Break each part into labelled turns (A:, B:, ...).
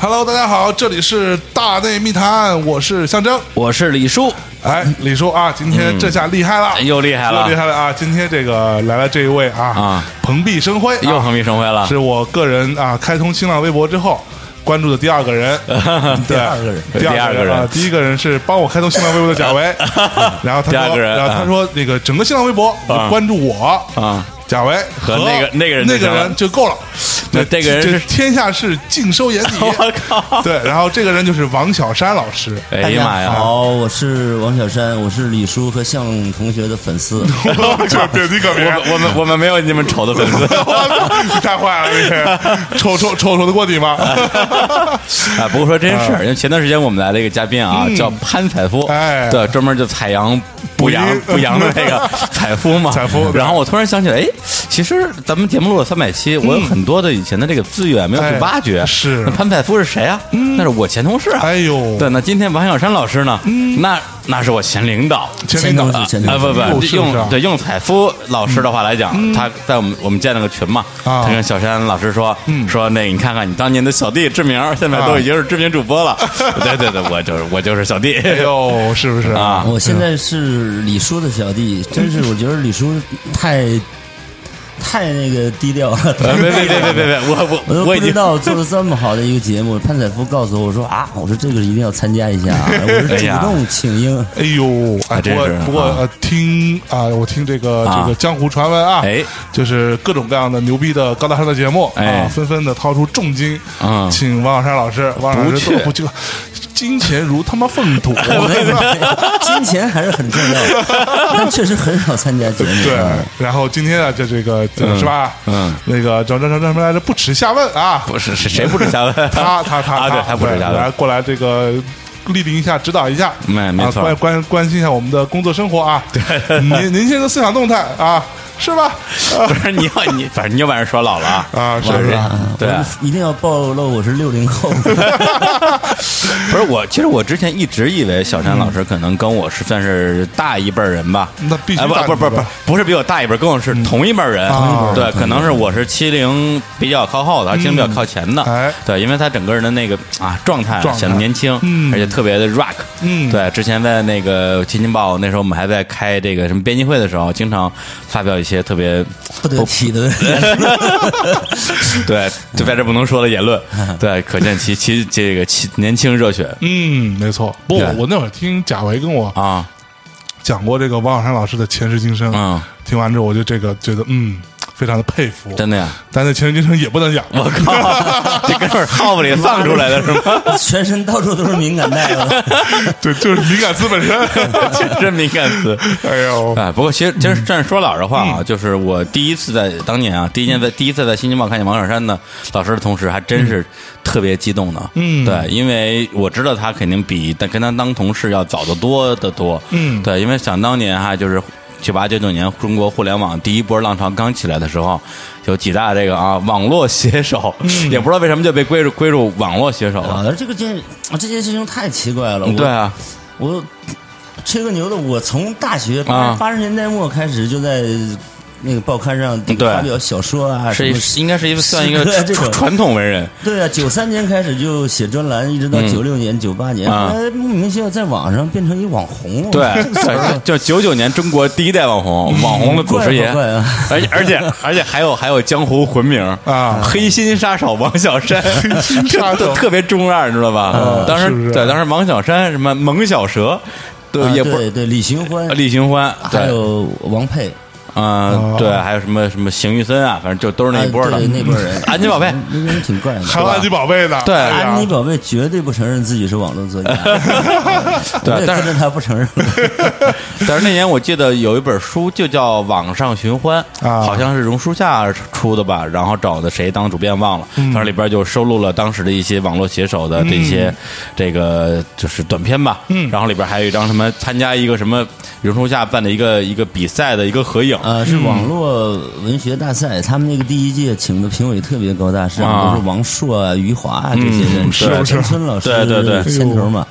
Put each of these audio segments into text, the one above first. A: Hello，大家好，这里是大内密谈，我是象征。
B: 我是李叔，
A: 哎，李叔啊，今天这下厉害了，
B: 嗯又厉害了
A: 又厉害了啊！今天这个来了这一位啊，
B: 啊
A: 蓬荜生辉，
B: 又
A: 啊
B: 横批生辉了。
A: 是我个人啊，开通新浪微博之后。关注的第二个 人， 对，第
C: 二个人
A: 第二个
B: 第二个人
A: 啊，第一个人是帮我开通新浪微博的 贾维，然后他
B: 第二
A: 说，
B: 个人
A: 然后他
B: 啊
A: 说那个整个新浪微博你就
B: 啊
A: 关注我
B: 啊，
A: 贾维
B: 和那个那个人就
A: 那个
B: 行了
A: 人就够了，
B: 那这个人是
A: 天下事尽收眼底，
B: 我靠
A: 对，然后这个人就是王小山老师，
B: 哎呀妈
C: 大家
B: 呀！
C: 好，我是王小山，我是李叔和向同学的 粉丝。
A: 就对你可别，
B: 我我们我们没有你们丑的粉 丝
A: 你太坏了，你臭臭臭臭的锅底吗？
B: 啊！不过说真事儿，因为前段时间我们来了一个嘉宾啊，叫潘采夫，
A: 哎
B: 对，专门就采阳补阳
A: 补阴
B: 补阳的那 个采夫嘛，
A: 采夫对
B: 然后我突然想起来，哎，其实咱们节目录了三百期，我有很多的以前的这个资源没有去
A: 哎
B: 挖掘。
A: 是
B: 那潘采嗯夫是谁啊？那是我前同事啊。
A: 哎呦
B: 对，那今天王小山老师呢？那那是我前领导。
A: 前领导
C: 前同事前
B: 啊嗯不
A: 哦
B: 不，
A: 是不是啊
B: 用对用采夫老师的话来讲，他在我们我们建了个群嘛，
A: 啊
B: 他跟小山老师说说那你看看你当年的小弟志明，现在
A: 啊
B: 都已经是知名主播了。 对对对，我就是我就是小弟
A: 哎呦，是不是
B: 啊，
C: 我现在是李叔的小弟，真是我觉得李叔太太那个低调 了。
B: 呃别别别别别别，我
C: 我
B: 我
C: 都
B: 我
C: 哎不
B: 已
C: 知
B: 经
C: 道做了这么好的一个节目，潘采夫告诉我，我说啊，我说这个一定要参加一下啊，我是
B: 哎
C: 主
B: 呀
C: 动请 缨。
A: 哎呦，哎，
B: 还
A: 不
B: 真
A: 过
B: 是
A: 不过
B: 啊
A: 呃，听啊，我听这个
B: 啊
A: 这个江湖传闻啊，
B: 哎，
A: 就是各种各样的牛逼的高大上的节目啊
B: 哎，
A: 纷纷的掏出重金
B: 嗯
A: 请王小山老师，王老
B: 不
A: 师都
B: 去
A: 不去了，金钱如他妈粪土，
C: 我那个金钱还是很重要，但确实很少参加节目。
A: 对，然后今天啊，就这个这个是吧？
B: 嗯，
A: 那个叫叫叫什么来着？不耻下问啊！
B: 不是是谁不耻下 问？
A: 他他他
B: 啊，对，他不耻下
A: 来
B: 问。
A: 过来这个莅临一下，指导一下，
B: 没没
A: 啊
B: 错
A: 关关关心一下我们的工作生活 啊，对，您您现在的思想动态啊，是吧？呃
B: 不是你要你，反正你要把人说老了啊
A: 啊是
B: 我
A: 是
C: 啊，
B: 对啊，
C: 我一定要暴露我是六 零后。
B: 不是我，其实我之前一直以为小山老师可能跟我是算是大一辈儿人吧，
A: 嗯那必须
B: 哎不
A: 大一辈
B: 不
A: 儿嗯
B: 不不不是比我大一辈儿，跟我是同一辈儿人，
A: 啊
B: 对，可能是我是七零比较靠后的，七零比较靠前的，
A: 哎
B: 对，因为他整个人的那个啊状态
A: 状态
B: 显得年轻，
A: 嗯
B: 而且特别的 rock，
A: 嗯
B: 对，之前在那个《天津报》那时候我们还在开这个什么编辑会的时候，经常发表一些特别
C: 不得体的，
B: 对就在这不能说的言论，对，可见其其这个其年轻热血
A: 嗯，没错。不，
B: 对
A: 我我那会儿听贾维跟我
B: 啊，
A: 讲过这个王小山老师的前世今生，
B: 嗯，
A: 听完之后我就这个觉得嗯，非常的佩服。
B: 真的呀。
A: 但是前世今生也不 能讲，
B: 我靠， 这哥们儿耗子里放出来的是吗？
C: 全身到处都是敏感带了。
A: 对，就是敏感词本身。
B: 真敏感词。
A: 哎呦，
B: 哎，不过其实其实这说老实话啊，就是我第一次在当年啊，第一年在第一次在《新京报》看见王小山的老师的同时，还真是特别激动呢。
A: 嗯
B: 对，因为我知道他肯定比但跟他当同事要早得多得多。
A: 嗯
B: 对，因为想当年哈、就是九八九九年中国互联网第一波浪潮刚起来的时候，有几大这个啊网络写手，也不知道为什么就被归入归入网络写手了。
C: 啊，这个件这件事情太奇怪了。我
B: 哦对，啊，
C: 我吹个牛的，我从大学
B: 啊
C: 八十年代末开始就在那个报刊上
B: 对
C: 发表小说啊，
B: 是
C: 什么
B: 一应该是一个算一个
C: 诗歌
B: 传
C: 这种
B: 传统文人，
C: 对啊，九三年开始就写专栏，一直到九六年、九八年，
B: 嗯啊
C: 后来莫名其妙在网上变成一网红。
B: 对
C: 这个词儿
B: 对，
C: 啊
B: 就九九年中国第一代网红，网红的祖师爷
C: 怪不怪啊，
B: 而且而且而且还有还有江湖魂名
A: 啊
B: 黑心杀手王小山，
A: 杀手
B: 这特特别中二，你知道吧？嗯当
A: 是不是
B: 时对，当时王小山什么萌小蛇，对
C: 啊，
B: 也不是
C: 对对，李寻欢，啊
B: 李寻欢，
C: 还
B: 对，
C: 有王佩，
B: 嗯，对，还有什么什么邢玉森啊，反正就都是那一波的
C: 哎对那波 人，
B: 安妮宝贝，
C: 那个人挺怪的。
A: 还有安妮宝贝呢，
B: 对
A: 哎呀
C: 安妮宝贝绝对不承认自己是网络作家，
B: 对
C: 我也
B: 但是
C: 跟着她不承认。
B: 但是那年我记得有一本书就叫《网上寻欢》，
A: 啊
B: 好像是榕树下出的吧，然后找的谁当主编忘了，反正里边就收录了当时的一些网络写手的这些、这个就是短片吧，嗯，然后里边还有一张什么参加一个什么榕树下办的一个一个比赛的一个合影，
C: 呃，是网络文学大赛，他们那个第一届请的评委特别高大上，
B: 啊
C: 都是王朔啊、余华啊这些人，
B: 嗯是
C: 郑
A: 是
C: 春老师
B: 对对对
C: 牵头嘛。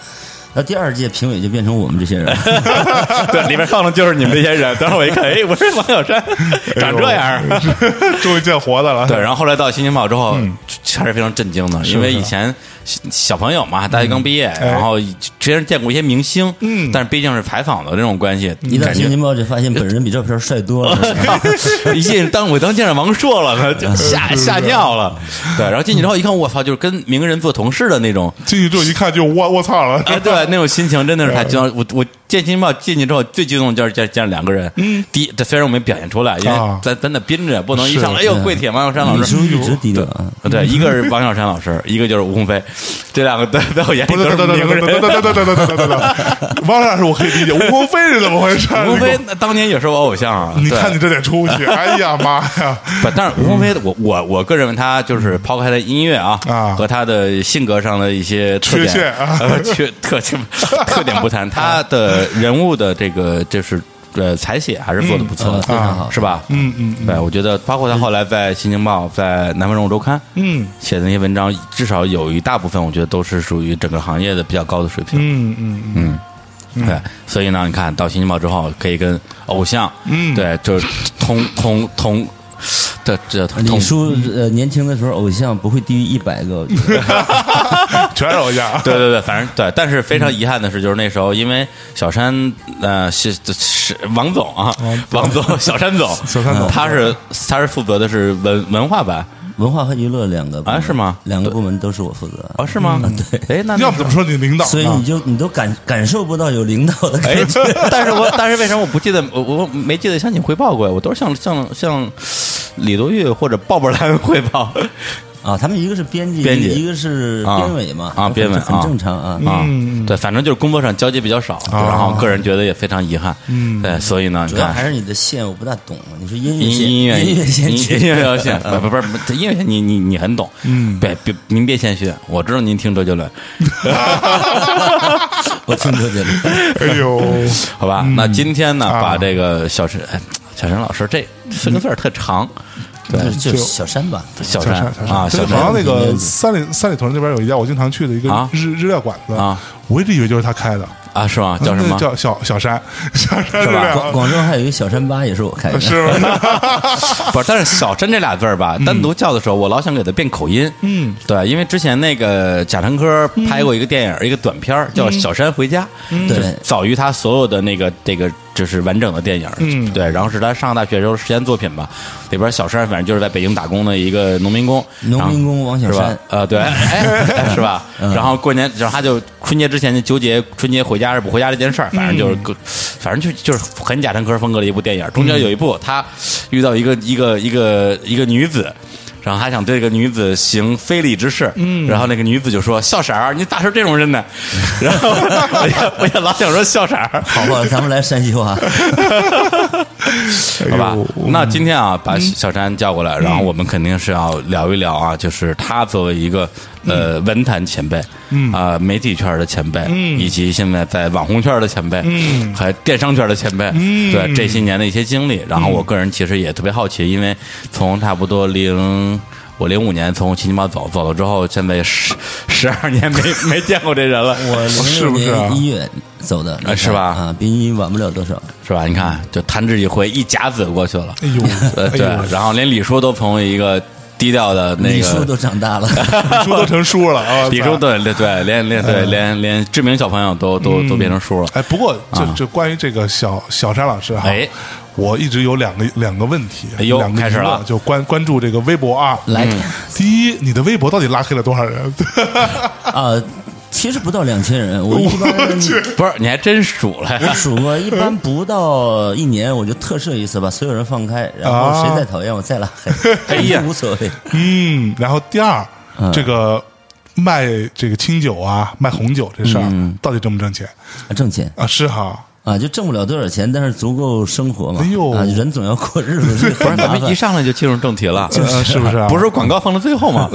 C: 那第二届评委就变成我们这些 人，
B: 对，里面放的就是你们这些人。当时我一看，哎，我说王小山长这样。
A: 终于见活的了。
B: 对，然后后来到新京报之后，还嗯是非常震惊的，因为以前小小朋友嘛，大学刚毕业，然后之前见过一些明星，嗯，但是毕竟是采访的这种关系，
C: 一到
B: 感
C: 《新
B: 觉
C: 京报》就发现本人比照片帅 多了。
B: 一进当我当见着王朔了，他就吓吓尿了。对，然后进去之后一看，我操，就是跟名人做同事的那种。
A: 进去之后一看就我我操了，
B: 哎，对，那种心情真的是太激动。我我见新京报进去之后，最激动就是见见着两个人。嗯，第一，这虽然我没表现出来，因为
A: 啊
B: 咱咱得憋着，不能一
A: 是
B: 上来哎呦跪舔王小山老
C: 李
B: 师
C: 叔。一直低调啊，
B: 啊对，一个是王小山老师，一个就是吴鸿飞，这两个在在我眼里
A: 不是，
B: 都
A: 等
B: 是
A: 等等
B: 名
A: 等等
B: 人。
A: 等等等等等等等，王老师我可以理解，吴鹏飞是怎么回事？
B: 吴鸿飞那当年也是我偶像啊，
A: 你
B: 对
A: 看你这得出息，哎呀妈呀！
B: 不，但
A: 嗯
B: 是吴鹏飞，我我我个人认为他就是抛开他音乐啊，
A: 啊
B: 和他的性格上的一些特点
A: 缺陷啊
B: 呃缺特性 特点不谈，他的人物的这个就是呃采写还是做的不错
C: 嗯
B: 的
C: 呃，非常好
B: 是吧？
A: 嗯嗯嗯
B: 对，我觉得包括他后来在《新京报》在《南方人物周刊》
A: 嗯
B: 写的那些文章，至少有一大部分，我觉得都是属于整个行业的比较高的水平。
A: 嗯嗯嗯，
B: 对，所以呢，你看到《新京报》之后，可以跟偶像，
A: 嗯
B: 对，就是通通通。这这
C: 李
B: 通
C: 叔呃年轻的时候偶像不会低于一百个， 我觉得
A: 全是偶像。
B: 对对对，反正对，但是非常遗憾的是，就是那时候因为小山呃是是王总啊，王总小山总， 嗯
A: 小山总
B: 他是他是负责的是文文化版
C: 文化和娱乐两个部门
B: 啊是吗
C: 两个部门都是我负责。
B: 啊，是吗？
C: 嗯
B: 对，哎，那
A: 要不怎么说你领导呢？
C: 所以你就你都感感受不到有领导的感
B: 哎
C: 觉，，
B: 但是我但是为什么我不记得我我没记得向你汇报过呀？我都是向向向李德裕或者鲍勃兰汇报。
C: 啊，他们一个是编辑，
B: 编辑
C: 一个是
B: 啊
C: 编委嘛，
B: 啊
C: 这
B: 编委
C: 很
B: 啊
C: 正常啊。
B: 啊
A: 嗯，啊
B: 对，反正就是工作上交接比较少，然后个人觉得也非常遗憾，嗯，对，所以呢，你
C: 主要
B: 看
C: 还是你的线我不大懂，你是音乐线，
B: 音音乐
C: 音乐线
B: 音
C: 曲，
B: 音乐要线，不不不是音乐线，你你你很懂，嗯，别别您别谦虚，我知道您听周杰 伦，
C: 我听周杰伦。
A: 哎呦，
B: 好吧？那今天呢，
A: 啊
B: 把这个小陈哎小陈老师这四个字儿特长，
C: 那是就是
A: 就
C: 小山吧，
B: 小
A: 小
B: 陈
A: 山小山
B: 啊，
A: 就
B: 小
A: 是好像
B: 陈
A: 那个三里三里屯那边有一家我经常去的一个
B: 啊
A: 日日料馆子
B: 啊，
A: 我一直以为就是他开的，
B: 啊是吗？叫什么
A: 嗯？叫小小山，小山日
C: 广
A: 料
C: 广州还有一个小山吧，也是我开的。
A: 是吗？
B: 不是，但是小陈这俩字儿吧，单独叫的时候，我老想给它变口音。
A: 嗯，
B: 对，因为之前那个贾樟柯拍过一个电影，
A: 嗯
B: 一个短片儿叫《小山回家》，
C: 对
B: 就是早于他所有的那个这个就是完整的电影。
A: 嗯
B: 对，然后是他上大学时候实验作品吧，里边小山反正就是在北京打工的一个农民工，
C: 农民工王小
B: 是吧
C: 山，？嗯
B: 呃，对，哎，是吧？然后过年，然后他就春节之前就纠结春节回家是不回家这件事儿，
C: 嗯
B: 反正就是各，反正就就是很贾樟柯风格的一部电影。中间有一部他遇到一个一个一个一个女子。然后他想对这个女子行非礼之事，嗯，然后那个女子就说：“笑色儿，你咋是这种人呢？”然后我也我也老想说笑色儿，
C: 好不好？咱们来山西话，
B: 好吧
A: 哎呦？
B: 那今天啊，把小山叫过来，然后我们肯定是要聊一聊啊，就是他作为一个呃文坛前辈，嗯啊媒体圈的前辈，嗯，以及现在在网红圈的前辈，嗯，还有电商圈的前辈，嗯，对这些年的一些经历。然后我个人其实也特别好奇，因为从差不多零。我零五年从新京报走走了之后，现在十十二年没没见过这人了，
C: 我 零
A: 是
C: 六
A: 不是啊
C: 年一月走的，
B: 啊是吧
C: 啊，比你晚不了多少。
B: 是吧？你看，就弹指一挥，一甲子过去了。
A: 哎呦
B: 呃，，对
A: 哎呦，
B: 然后连李叔都从一个低调的那个
C: 李叔都长大 了，
A: 书都成书了啊！
B: 李
A: 操
B: 叔对对对，连连对连连知名小朋友都都都变成叔了。
A: 哎，不过这
B: 啊
A: 这关于这个小小山老师哈
B: 哎，
A: 我一直有两个两个问题，
B: 哎呦
A: 两个疑
B: 开始
A: 问
B: 了嗯
A: 就关关注这个微博啊。
C: 来
A: 第一，你的微博到底拉黑了多少人？
C: 啊，其实不到两千人，我一般
B: 不是，你还真数了
C: 我
B: 呀？
C: 数过，一般不到一年我就特赦一次，把所有人放开，然后谁再讨厌我再拉黑，
B: 哎呀
C: 无所谓。
A: 嗯，然后第二，
B: 嗯
A: 这个
B: 嗯
A: 卖这个清酒啊，卖红酒这事儿到底挣不挣钱
C: 啊挣钱
A: 啊？是哈，
C: 啊，就挣不了多少钱，但是足够生活嘛。
A: 哎呦
C: 啊，人总要过日子，所以
B: 不是
C: 很
B: 咱
C: 麻
B: 们
C: 烦
B: 一。上来就进入正题了，
A: 呃是不是啊
B: 不是广告放到最后吗？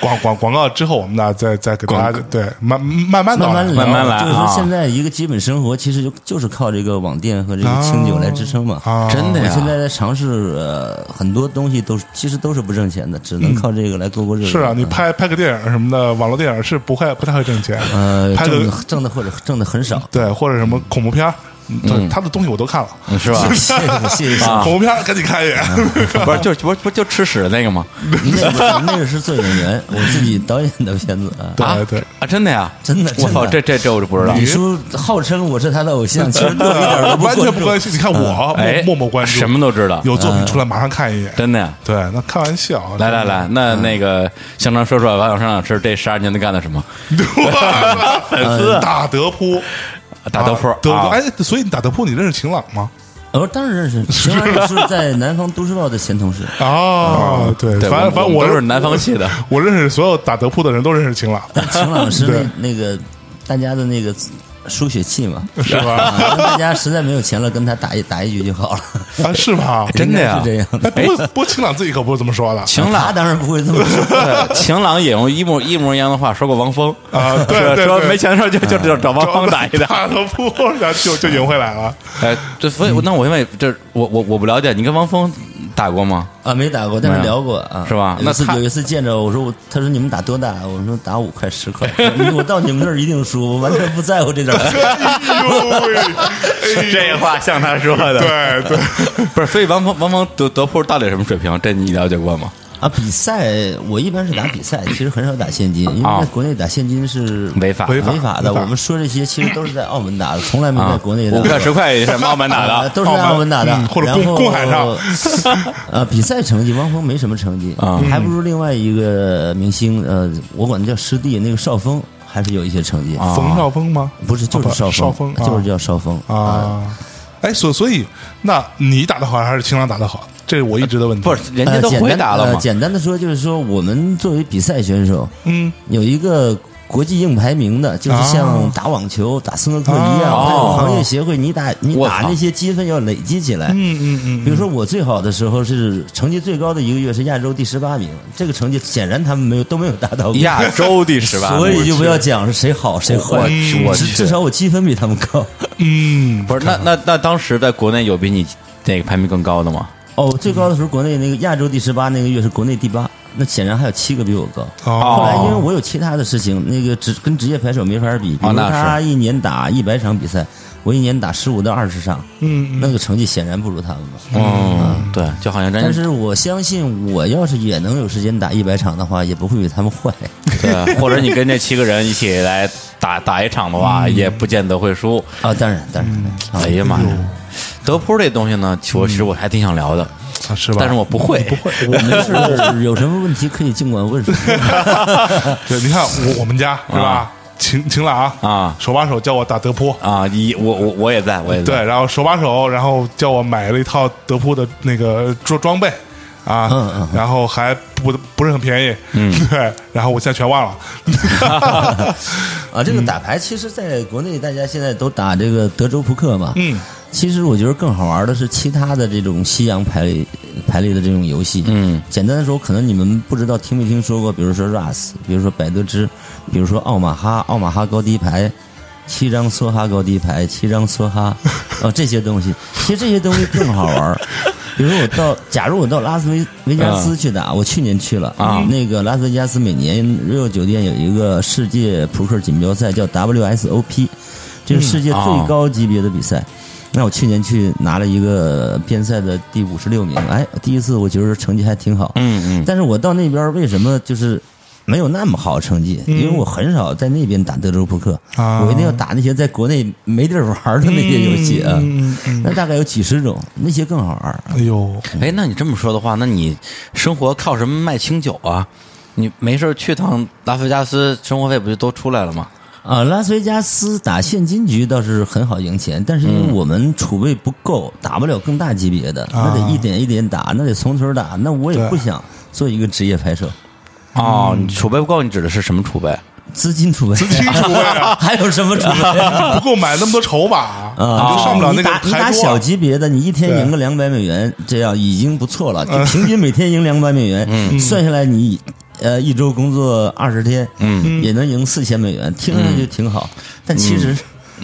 A: 广广广告之后，我们俩再再给大家对慢慢慢
C: 慢
A: 慢
C: 慢
A: 聊
C: 聊
B: 慢慢来
C: 就是
B: 啊
C: 说现在一个基本生活，其实就就是靠这个网店和这个清酒来支撑嘛。
A: 啊，
B: 真的
C: 我
B: 呀
C: 现在在尝试呃很多东西都是其实都是不挣钱的，只能靠这个来过过日子。
A: 是啊，
B: 嗯
A: 你拍拍个电影什么的，网络电影是不会不太会挣钱，
C: 呃
A: 拍
C: 挣
A: 个。
C: 的挣的或者挣的很少
A: 对或者什么恐怖片儿，
B: 嗯
A: 对他的东西我都看了，
B: 是吧？
C: 谢谢谢谢，
B: 啊
A: 恐怖片儿赶紧看一眼，
B: 不是，就是不是不就吃屎的那个吗？
C: 那个那个是做演员，我自己导演的片子啊。
A: 对
B: 啊
A: 对。
B: 啊，真的呀，
C: 真的
B: 我
C: 真
B: 操，
C: 的
B: 这这这我就不知道。
C: 李叔号称我是他的偶像，其实我一
B: 啊
C: 点都 不
A: 完全不关
C: 关注。
A: 心。你看我
B: 哎，
A: 默默默关注，
B: 什么都知道，
A: 有作品出来马上看一眼。
B: 真的呀。
A: 对，那开玩笑。啊
B: 来来来，那那个香肠说说王小生老师这十二年都干了什么？
A: 哇，粉丝 打德扑，
B: 啊打德扑
A: 啊德扑。
B: 啊
A: 哎，所以你打德扑，你认识晴朗吗？
C: 我当然认识，秦安也是在南方都市报的 前同事。
A: 哦，对，
B: 啊对，
A: 反正
B: 我
A: 反正
B: 我
A: 我
B: 们都是南方系的，
A: 我认识所有打德扑的人都认识晴朗，
C: 秦老师
A: 对
C: 那那个大家的那个输血器嘛，
A: 是吧？
C: 啊，让大家实在没有钱了，跟他打一打一局就好了。
A: 啊，是 吗？
B: 真的呀
C: 应该是这样。啊
A: 哎，不过不过晴朗自己可不是这么说 的
B: 晴
C: 他
B: 朗。
C: 当然不会这么说，
B: 对晴朗也用一模一模一样的话说过王峰，
A: 啊，对
B: 是
A: 对，
B: 说
A: 对啊
B: 没钱的时候就就就找王峰打 一打。
A: 打德扑，然后就就赢回来了。
B: 哎，这所以那我因为这我我我不了解，你跟王峰打 过吗？
C: 啊，没打过，但是
B: 没有
C: 聊过啊，
B: 是吧
C: 有一次
B: 那他
C: 有一次见着我说我，他说你们打多大？啊我说打五块十块， 我到你们那儿一定输，我完全不在乎这点儿钱。
A: 哎呦喂，哎呦
B: 这话像他说的，
A: 对对，
B: 不是？所以王峰王峰德德扑到底什么水平？这你了解过吗？
C: 啊，比赛我一般是打比赛，其实很少打现金，因为
B: 啊
C: 在国内打现金是
B: 违法
A: 违法
C: 违法的。
A: 违法
C: 我们说这些其实都是在澳门打的，从来没在
B: 啊，
C: 国内打
B: 五
C: 过。
B: 块十块也是澳门打
C: 啊
B: 的，哦
C: 都是在澳门打的，
A: 嗯或者
C: 然后
A: 公公海上。
C: 呃，比赛成绩，汪峰没什么成绩
B: 啊
C: 还不如另外一个明星，呃，我管他叫师弟，那个邵峰还是有一些成绩。
B: 啊
A: 冯绍峰吗？
C: 不是，就是
A: 啊不
C: 邵
A: 邵峰啊
C: 就是叫邵峰。
A: 啊。哎，所所以，那你打的好还是秦朗打的好？这是我一直的问题。
B: 不是人家
C: 呃，
B: 都
C: 简
B: 回
C: 单
B: 答了
C: 呃
B: 吗？
C: 简单的说，就是说我们作为比赛选手，
A: 嗯，
C: 有一个国际硬排名的，就是像
A: 啊
C: 打网球、打斯诺克一样，
B: 哦
C: 它有行业协会，你打你
B: 我
C: 打
B: 操
C: 那些积分要累积起来。
A: 嗯嗯嗯，
C: 比如说我最好的时候是成绩最高的一个月是亚洲第十八名，这个成绩显然他们没有都没有达到过，
B: 亚洲第十八名，
C: 所以就不要讲是谁好谁
B: 我
C: 坏，
B: 去我
C: 至
B: 去
C: 至，少我积分比他们高。
A: 嗯，
B: 不是那那那当时在国内有比你那个排名更高的吗？
C: 哦，最高的时候国内那个亚洲第十八那个月是国内第八，那显然还有七个比我高。
A: 哦
C: 后来因为我有其他的事情，那个职跟职业牌手没法比，比
B: 哦
C: 如
B: 那是
C: 他一年打一百场比赛，我一年打十五到二十场，
A: 嗯
C: 那个成绩显然不如他们嘛。
B: 嗯，对，就好像
C: 但
B: 真
C: 是我相信，我要是也能有时间打一百场的话，也不会比他们坏。
B: 对，或者你跟这七个人一起来打打一场的话，也不见得会输。
C: 啊，当然，当然，啊
B: 嗯哎呀妈呀，德扑这东西呢，其我其实我还挺想聊的，
A: 啊是吧？
B: 但是我不会，不会，
C: 我们是有什么问题可以尽管问。
A: 对，你看我我们家是吧？秦秦朗
B: 啊
A: 手把手教我打德扑，
B: 啊，一我我我也在，我也在。
A: 对，然后手把手，然后叫我买了一套德扑的那个装装备啊，
C: 嗯嗯
A: 然后还不不是很便宜，嗯， 对，然后我现在全 忘了，
C: 啊，这个打牌其实在国内大家现在都打这个德州扑克嘛。
A: 嗯，
C: 其实我觉得更好玩的是其他的这种西洋牌类牌类的这种游戏。
B: 嗯，
C: 简单的说，可能你们不知道听没听说过，比如说 Ras，比如说百德之，比如说奥马哈、奥马哈高低牌。七张梭哈高低牌，七张梭哈，哦，这些东西，其实这些东西更好玩儿。比如我到，假如我到拉斯维维加斯去打，我去年去了
B: 啊
C: 那个拉斯维加斯每年 Rio 酒店有一个世界扑克锦标赛，叫 WSOP，这是世界最高级别的比赛。那我去年去拿了一个边赛的第五十六名，哎，第一次我觉得成绩还挺好。
B: 嗯嗯，
C: 但是我到那边为什么就是没有那么好成绩？因为我很少在那边打德州扑克，
A: 啊
C: 我一定要打那些在国内没地儿玩的那些游戏啊。
A: 嗯
C: 那大概有几十种，那些更好玩儿。
A: 哎呦，
B: 哎，那你这么说的话，那你生活靠什么卖清酒啊？你没事儿去趟拉斯维加斯，生活费不就都出来了吗？
C: 啊，拉斯维加斯打现金局倒是很好赢钱，但是因为我们储备不够，打不了更大级别的，那得一点一点打，那得从头打。那我也
A: 对
C: 不想做一个职业拍手，
B: 嗯哦，你储备不够，你指的是什么储备？
C: 资金储备，资
A: 金储备啊
C: 还有什么储备 啊？
A: 不够买那么多筹码
C: 啊，
A: 你就上不了那个
C: 你打你
A: 台
C: 打
A: 桌
C: 小
A: 啊。
C: 级别的，你一天
A: 对嗯
C: 赢个两百美元，这样已经不错了。就平均每天赢两百美元，算下来你呃一周工作二十天，嗯，也能赢四千美元，听上去
A: 嗯
C: 就挺好，但其实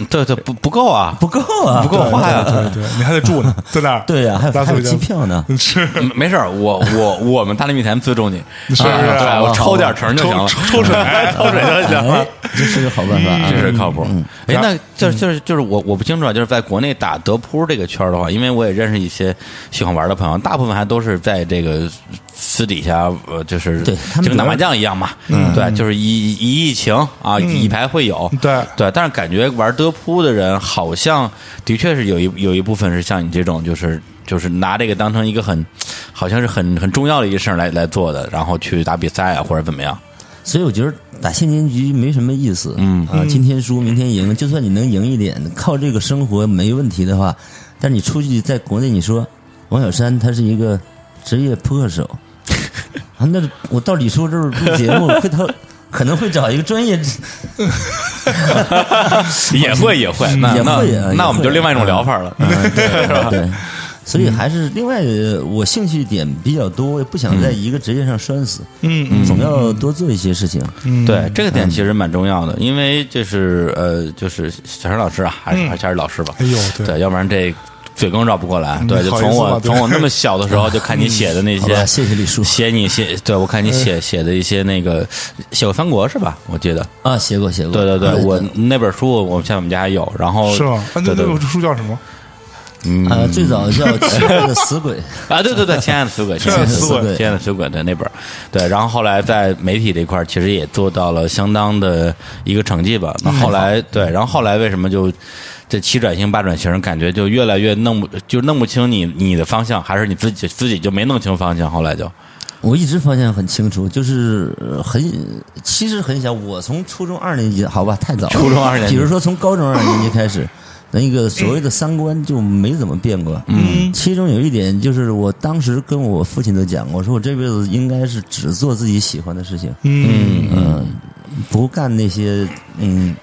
B: 对对，不不够啊，
C: 不够啊，
B: 不够花呀
A: 对对，对你还得住呢，在那儿。
C: 对啊呀还有
A: 拉斯
C: 还有
A: 维加
C: 机票呢
A: 是
B: 嗯没事儿，我我我们大内密谈资助 你，
A: 是
B: 啊
A: 是
B: 对
A: 好
B: 我
C: 吧
B: 抽点成就行了，
A: 哦抽抽抽水
B: 抽水就行了
C: 哎。，这是个好办法
A: 嗯
C: 啊
B: 这。是靠谱。哎，
A: 然
B: 那就是就是就是我我不清楚啊，就是在国内打德扑这个圈儿的话，因为我也认识一些喜欢玩的朋友，大部分还都是在这个私底下，呃，就是
C: 对他
B: 就跟
C: 们主要
B: 打麻将一样嘛，对，就是以以疫情啊，以牌会友，
A: 对
B: 对。但是感觉玩德扑的人，好像的确是有一有一部分是像你这种，就是。就是拿这个当成一个很，好像是很很重要的一个事儿来来做的，然后去打比赛啊或者怎么样，
C: 所以我觉得打现金局没什么意思。嗯啊，今天输明天赢，就算你能赢一点，靠这个生活没问题的话，但你出去在国内，你说王小山他是一个 职业扑克手啊，那我到李叔这儿录节目，会他可能会找一个专业
B: 也会也会，那
C: 也
B: 那
C: 会啊也
B: 那我们
C: 会
B: 就另外一种疗法了，
C: 对，所以还是另外，呃我兴趣点比较多，也不想在一个职业上拴死，
A: 嗯嗯
C: 总要多做一些事情。
B: 对，这个点其实蛮重要的，因为就是呃，就是小陈老师啊，还是还是老师吧。
A: 哎呦对
B: 对，要不然这嘴更绕不过
C: 嗯
B: 来。对，就
A: 好意
B: 从
A: 思
B: 我
A: 吧对
B: 从我那么小的时候就看你写的那
C: 好吧，
B: 些，
C: 谢谢哎李叔
B: 写你写，对我看你写写的一些那个写过三国是吧？我记得，
C: 啊，写过写过，
B: 对对对，
C: 啊
B: 我那本书我现在我们家还有，然后
A: 是吗？啊那
B: 对
A: 那
B: 对
A: 本书叫什么？
C: 啊，最早叫《亲爱的死鬼》。
B: 啊，对对对，亲爱的死鬼，亲
A: 爱的
C: 死鬼
B: 亲爱的死鬼的那本儿，对，然后后来在媒体这块儿其实也做到了相当的一个成绩吧。那后来对，然后后来为什么就这七转型八转型，感觉就越来越弄不就弄不清你你的方向，还是你自己自己就没弄清方向，后来就
C: 我一直方向很清楚，就是呃很其实很小。我从初中二年级，好吧，太早了。
B: 初中二年级
C: 比如说从高中二年级开 始，那个所谓的三观就没怎么变过。嗯，其中有一点就是，我当时跟我父亲都讲，我说我这辈子应该是只做自己喜欢的事情，呃
A: 嗯
C: 不干那些嗯，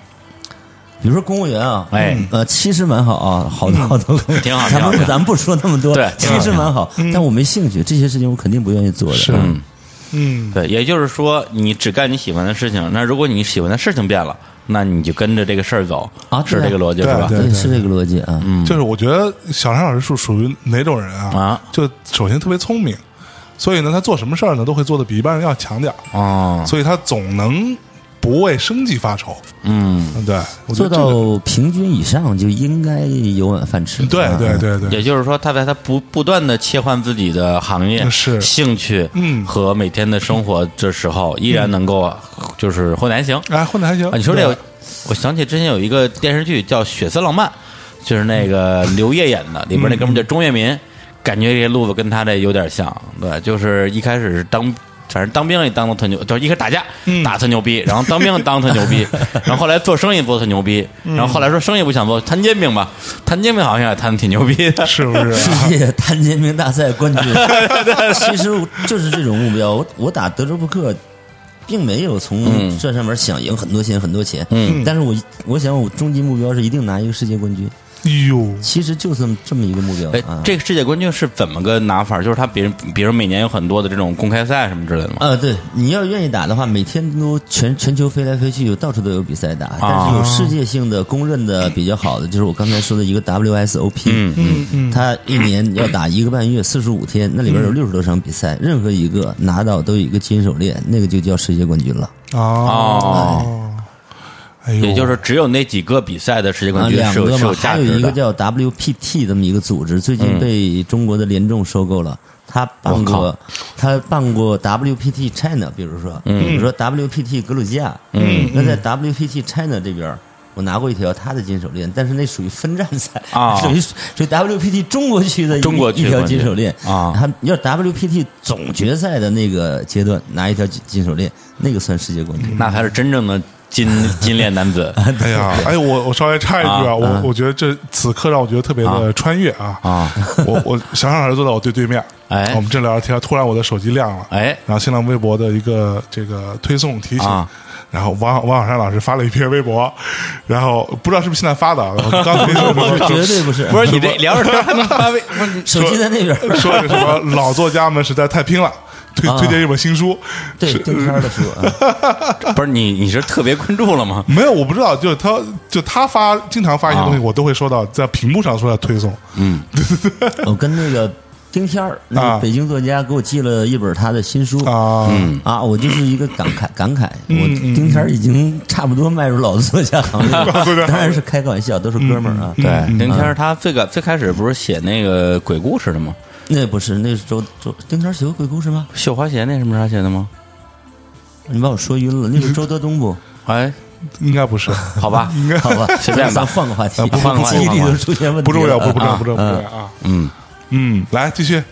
C: 比如说公务员啊，
B: 哎嗯
C: 呃，其实蛮好啊，好多好多公务员
B: 挺好
C: 咱
B: 挺好
C: 们
B: 挺好
C: 咱们不说那么多，
B: 对挺
C: 其
B: 好
C: 实蛮好，但我没兴趣，这些事情我肯定不愿意做
A: 嗯
C: 的。
A: 是
B: 嗯，
A: 嗯，
B: 对，也就是说你只干你喜欢的事情，那如果你喜欢的事情变了，那你就跟着这个事儿走
C: 啊
B: 是
C: 对啊
B: 这个逻辑是
A: 对
B: 吧？
A: 对
C: 对，是这个逻辑啊。嗯，
A: 就是我觉得小山老师是属于哪种人啊？
B: 啊
A: 就首先特别聪明，所以呢，他做什么事儿呢，都会做的比一般人要强点儿，
B: 哦，
A: 所以他总能不为生计发愁。
B: 嗯。
A: 嗯，对，我觉
C: 做
A: 得这个嗯
C: 到平均以上就应该有碗饭吃。
A: 对对
C: 啊，
A: 对对，
B: 也就是说，他在他不不断的切换自己的行业、
A: 是
B: 兴趣，
A: 嗯
B: 和每天的生活这时候，依然能够就是混难行啊。
A: 哎，混的还行。
B: 你说这
A: 对
B: 个，我想起之前有一个电视剧叫《血色浪漫》，就是那个刘烨演的，里
C: 嗯
B: 边那哥们儿叫钟跃民，感觉这路子跟他这有点像。对，就是一开始是当。反正当兵也当的特牛，就是一开始打架、
C: 嗯
B: 打特牛逼，然后当兵当特牛 逼，然后后来做生意做特牛逼，
C: 嗯
B: 然后后来说生意不想做，摊煎饼吧，摊煎饼好像也摊的挺牛逼 的，
A: 是不是啊？
C: 世 界摊煎饼大赛冠军，其实就是这种目标。我我打德州扑克，并没有从这上面想赢很多钱很多钱，嗯，但是我我想我终极目标是一定拿一个世界冠军。
A: 哎呦，
C: 其实就这么这么一个目标
B: 哎
C: 啊，。
B: 这个世界冠军是怎么个拿法？就是他别人，比如每年有很多的这种公开赛什么之类的吗？
C: 呃，对，你要愿意打的话，每天都全全球飞来飞去，有到处都有比赛打。但是有世界性的公认的比较好的，就是我刚才说的一个 WSOP，嗯嗯嗯，它一年要打一个半月，四十五天，那里边有六十多场比赛，任何一个拿到都有一个金手链，那个就叫世界冠军了。
A: 哦，哎呦，
B: 也就是只有那几个比赛的世界
C: 啊，
B: 冠军
C: 两
B: 是有
C: 个
B: 是
C: 嘛
B: 有，价
C: 还有
B: 值
C: 一个
B: 的。
C: 叫 WPT 这么一个组织，最近被中国的联众收购了。他办
B: 我
C: 过，他办过 WPT China，比如说，比如说 WPT 格鲁吉亚，嗯，那在 WPT China 这边儿，我拿过一条他的金手链，但是那属于分站赛
B: 啊
C: 属于属于 WPT 中国区的一
B: 中国区
C: 一条
B: 冠军
C: 金手链
B: 啊
C: 他要 WPT 总决赛的那个阶段拿一条金金手链，那个算世界冠军。
B: 那才是真正的 金金链男 子
A: 哎呀，哎，我我稍微插一句啊，
B: 啊
A: 我我觉得这此刻让我觉得特别的穿越啊！
B: 啊，
A: 我我想想还是坐在我对对面，
B: 哎
A: 我们正聊着天，突然我的手机亮了，
B: 哎
A: 然后新浪微博的一个这个推送提醒。
B: 啊
A: 然后王王小山老师发了一篇微博，然后不知道是不是现在发的啊，然后刚推送的时候
C: 绝对不是，
B: 不是你 这聊着天还能发微，不是你
C: 手机在那边儿，
A: 说这个什么老作家们实在太拼了，推
C: 啊
A: 推荐一本新书，
C: 对
A: 是
C: 对片儿的书啊，
B: 不是你你是特别关注了吗？
A: 没有，我不知道，就是他，就他发经常发一些东西，
B: 啊
A: 我都会收到，在屏幕上收到推送。
C: 我跟那个丁天儿，那
A: 啊
C: 个北京作家给我寄了一本他的新书
A: 啊，
C: 啊，我就是一个感慨感慨，我丁天儿已经差不多迈入老作家行列了，
A: 对对
C: 当然是开个玩笑，都是哥们儿啊。
B: 对，林哎天儿他最个最开始不是写那个鬼故事的吗？
C: 那不是，那是周周丁天儿写过鬼故事吗？
B: 绣花鞋那什么是他写的吗？
C: 你把我说晕了，那是周德东不？
B: 哎，
A: 应该不 是，
B: 好吧，
C: 好吧，
B: 随便吧
C: 咱换个话题
B: 呃不，换个话
C: 记
B: 题
C: 忆力
B: 换个
C: 都
B: 话
C: 出现问题
A: 不重要，
C: 了
A: 不不重要，
C: 啊
A: 不重要，不重要啊。
B: 嗯，
A: 嗯，来继续，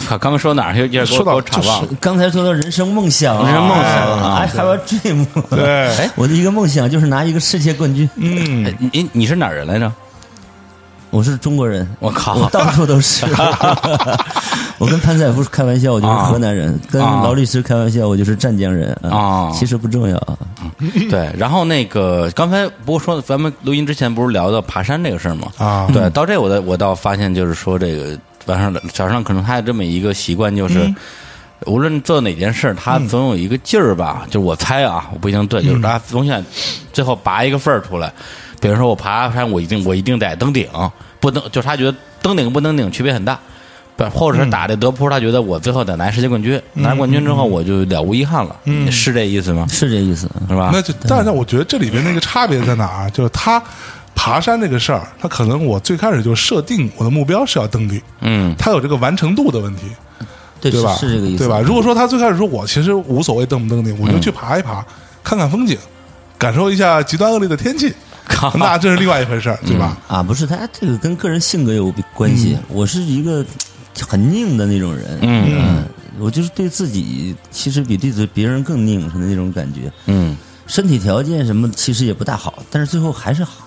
B: 操， 刚刚说哪儿？有点给
A: 说
B: 我给
A: 到
B: 我岔忘了。
C: 刚才说到人生梦想啊，
B: 人生梦想啊
C: 哎，还有 dream。
A: 对，
C: 我的一个梦想就是拿一个世界冠军。
A: 嗯，
B: 哎你你是哪儿人来着？
C: 我是中国人，
B: 我靠
C: 我到处都是。我跟潘赛夫开玩笑，我就是河南人；跟
B: 啊
C: 劳力士开玩笑，我就是湛江人
B: 啊
C: 其实不重要啊。
B: 对，然后那个刚才不过说咱们录音之前不是聊到爬山这个事儿吗？
A: 啊
B: 对，到这我倒我倒发现就是说这个晚上早上可能他有这么一个习惯，就是、无论做哪件事，他总有一个劲儿吧，就是我猜啊，我不一定对，就是他总想最后拔一个份儿出来。比如说我爬山，我一定我一定得登顶，不登就是他觉得登顶不登顶区别很大。不，或者是打这德扑，他觉得我最后得拿世界冠军，拿冠军之后我就了无遗憾了，嗯、是这意思吗？
C: 是这意思啊。
B: 是吧？
A: 那就，但是我觉得这里边那个差别在哪儿啊？就是他爬山这个事儿，他可能我最开始就设定我的目标是要登顶，
B: 嗯，
A: 他有这个完成度的问题，
C: 对
A: 对吧？
C: 是是这个意思，
A: 对吧？？如果说他最开始说我其实无所谓登不登顶，我就去爬一爬，看看风景，感受一下极端恶劣的天气，
B: 靠
A: 那这是另外一回事儿，对吧？
C: 啊，不是，他这个跟个人性格有关系。我是一个很拧的那种人，
B: 嗯
C: 我就是对自己其实比对着别人更拧的那种感觉。
B: 嗯，
C: 身体条件什么的其实也不大好，但是最后还是好，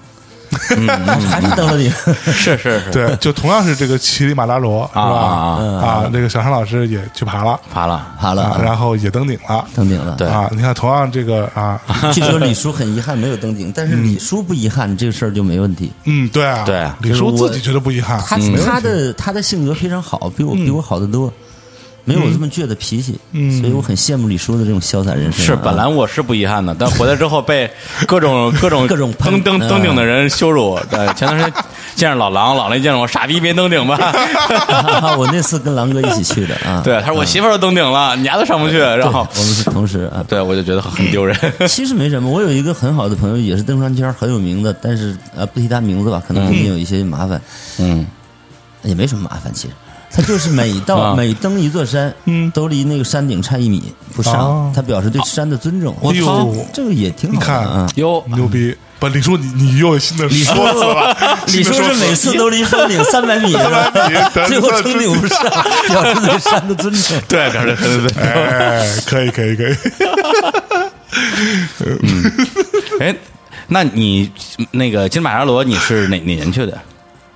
C: 还是登了顶。
B: 是是是，
A: 对，就同样是这个乞力马扎罗，是吧？
B: 啊啊
A: 啊，这个小山老师也去爬了
B: 爬了，
C: 好了，
A: 啊，然后也登顶了。
C: 登顶了。
B: 对
A: 啊，你看，同样这个啊，
C: 据说李叔很遗憾没有登顶，但是
B: 嗯
C: 李叔不遗憾，这个事儿就没问题。
A: 嗯，对啊，
B: 对嗯
A: 李叔自己觉得不遗憾，
C: 他他的他的性格非常好，比我比我好得多，没有
B: 嗯
C: 我这么倔的脾气，所以我很羡慕李叔的这种潇洒人生啊。
B: 是本来我是不遗憾的，但回来之后 被各种各种
C: 各种喷
B: 登登
C: 嗯
B: 登顶的人羞辱我。对，前段时间见着老狼，老狼一见着我，傻逼别登顶吧。
C: 我那次跟狼哥一起去的啊，
B: 对，他说我媳妇儿都登顶了，你丫都上不去。然后，
C: 我们是同时啊。
B: 对我就觉得很丢人。
C: 其实没什么，我有一个很好的朋友，也是登山圈很有名的，但是呃不提他名字吧，可能中间有一些麻烦，
B: 嗯，
C: 也没什么麻烦，其实。他就是每
B: 啊
C: 到每登一座山，
A: 嗯
C: 都离那个山顶差一米不上
A: 哦，
C: 他表示对山的尊重。
A: 哎呦
C: 操这个也挺
A: 你
C: 好的
A: 看
C: 啊。
B: 哟，
A: 嗯牛逼！不，李叔，你你又有新的说辞了，
C: 李叔是每次都离山顶三百 米，是吧
A: 米
C: 最后登顶不上，表示对山的 尊重。
B: 对，表示对对对。
A: 哎，可以，可以，可以，
B: 哎，那你那个金马扎罗，你是哪哪年去的？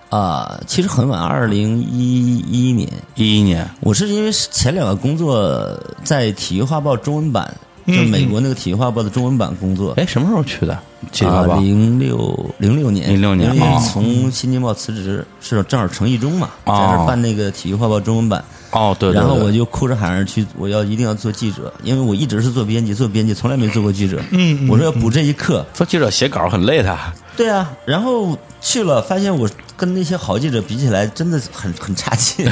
C: 啊，其实很晚，二零一一年，
B: 一一年。
C: 我是因为前两个工作在《体育画报》中文版，
A: 嗯
C: 就美国那个《体育画报》的中文版工作。
B: 哎，什么时候去的？记得
C: 啊
B: 吧，？
C: 零六零六年，啊
B: 06年
C: 因为
B: 哦
C: 从新京报辞职，是正好程一中嘛，在
B: 哦
C: 那儿办那个《体育画报》中文版，
B: 哦，对，对
C: 然后我
B: 对
C: 就哭着喊着去，我要一定要做记者，因为我一直是做编辑，做编辑从来没做过记者。嗯，我说要补这一课。
B: 说记者写稿很累的。
C: 对啊，然后去了，发现我跟那些好记者比起来，真的很 很差 劲。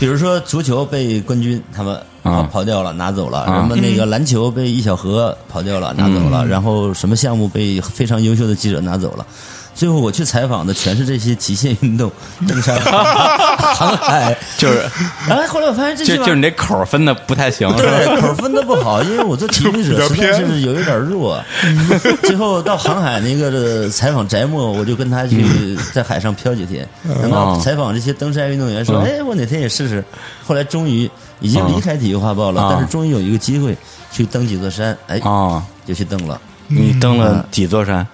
C: 比如说足球被冠军他们
B: 啊
C: 跑跑掉了，拿走了；
B: 啊嗯
C: 什么那个篮球被一小河跑掉了，拿走了；然后什么项目被非常优秀的记者拿走了。最后我去采访的全是这些极限运动、登山、航海。
B: 就是
C: 哎，后来我发现这
B: 就
C: 些玩意儿
B: 就是你这口儿分的不太行， 是吧？
C: 对， 口分的不好，因为我做体育者实在是有一点弱。最后到航海那个采访翟墨，我就跟他去在海上漂几天。等到采访这些登山运动员说：“哎，我哪天也试试。”后来终于已经离开体育画报了，
B: 啊
C: 但是终于有一个机会去登几座山，哎，
B: 啊，
C: 就去登了。
B: 你
A: 嗯
B: 登了几座山？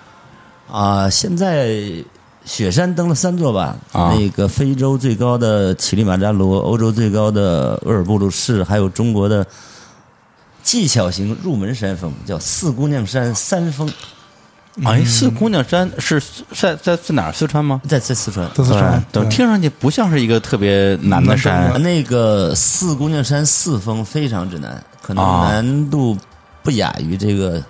C: 啊、现在雪山登了三座吧，
B: 啊
C: 那个非洲最高的乞力马扎罗，欧洲最高的额尔布鲁士，还有中国的技巧型入门山峰，叫四姑娘山三峰，
A: 嗯
B: 哎，四姑娘山是在在在哪儿？四川吗？
C: 在在四川。
A: 在四川，
B: 对，
A: 对
B: 听上去不像是一个特别难的
A: 难
B: 山
A: 登
C: 啊那个四姑娘山四峰非常之难，可能
B: 啊
C: 难度不亚于这个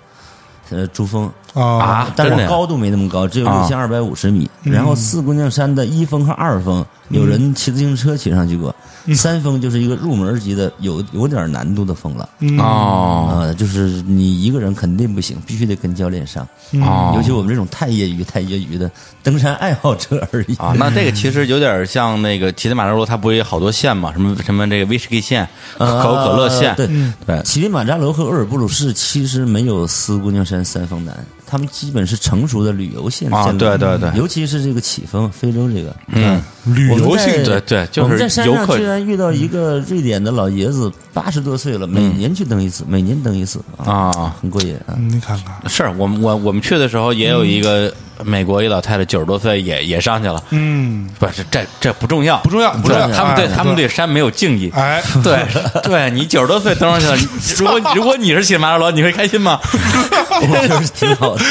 C: 呃珠峰。
A: 啊，
B: 啊！
C: 但
B: 真的
C: 是
B: 呀
C: 高度没那么高，只有
B: 啊嗯
C: 六千二百五十米。然后四姑娘山的一峰和二峰，有人骑自行车骑上去过。
B: 嗯
C: 三峰就是一个入门级的，有有点难度的峰了。
A: 嗯
B: 哦
C: 啊，就是你一个人肯定不行，必须得跟教练上。
B: 哦，
C: 尤其我们这种太业余、太业余的登山爱好者而已。
B: 啊，那这个其实有点像那个乞力马扎罗，它不是有好多线嘛？什么什么这个威士忌线、可
C: 啊
B: 口可乐线，
C: 对
B: 对
C: 乞力马扎罗和额尔布鲁士其实没有四姑娘山三峰难，他们基本是成熟的旅游线
B: 啊
C: 线路
B: 对对对
C: 尤其是这个起峰，非洲这个，
B: 嗯，
A: 旅
C: 我们
A: 游
C: 在
A: 性质
B: 对对就是
C: 我们在山
B: 游
C: 上
B: 客嗯
C: 居然遇到一个瑞典的老爷子，八十多岁了，每年去登一次，每年登一次啊，
B: 啊。
C: 很过瘾 啊。
A: 嗯你看看，
B: 是我们我我们去的时候也有一个美国一老太太，九十多岁也也上去了，
A: 嗯，
B: 不是这这不重要，
A: 不重要
B: 对
A: 不重要
B: 他们对
A: 哎
B: 他们对山没有敬意。
A: 哎，
B: 对，对你九十多岁登上去了，你如果如果你是乞力马扎罗，你会开心吗？
C: 我就是挺好的，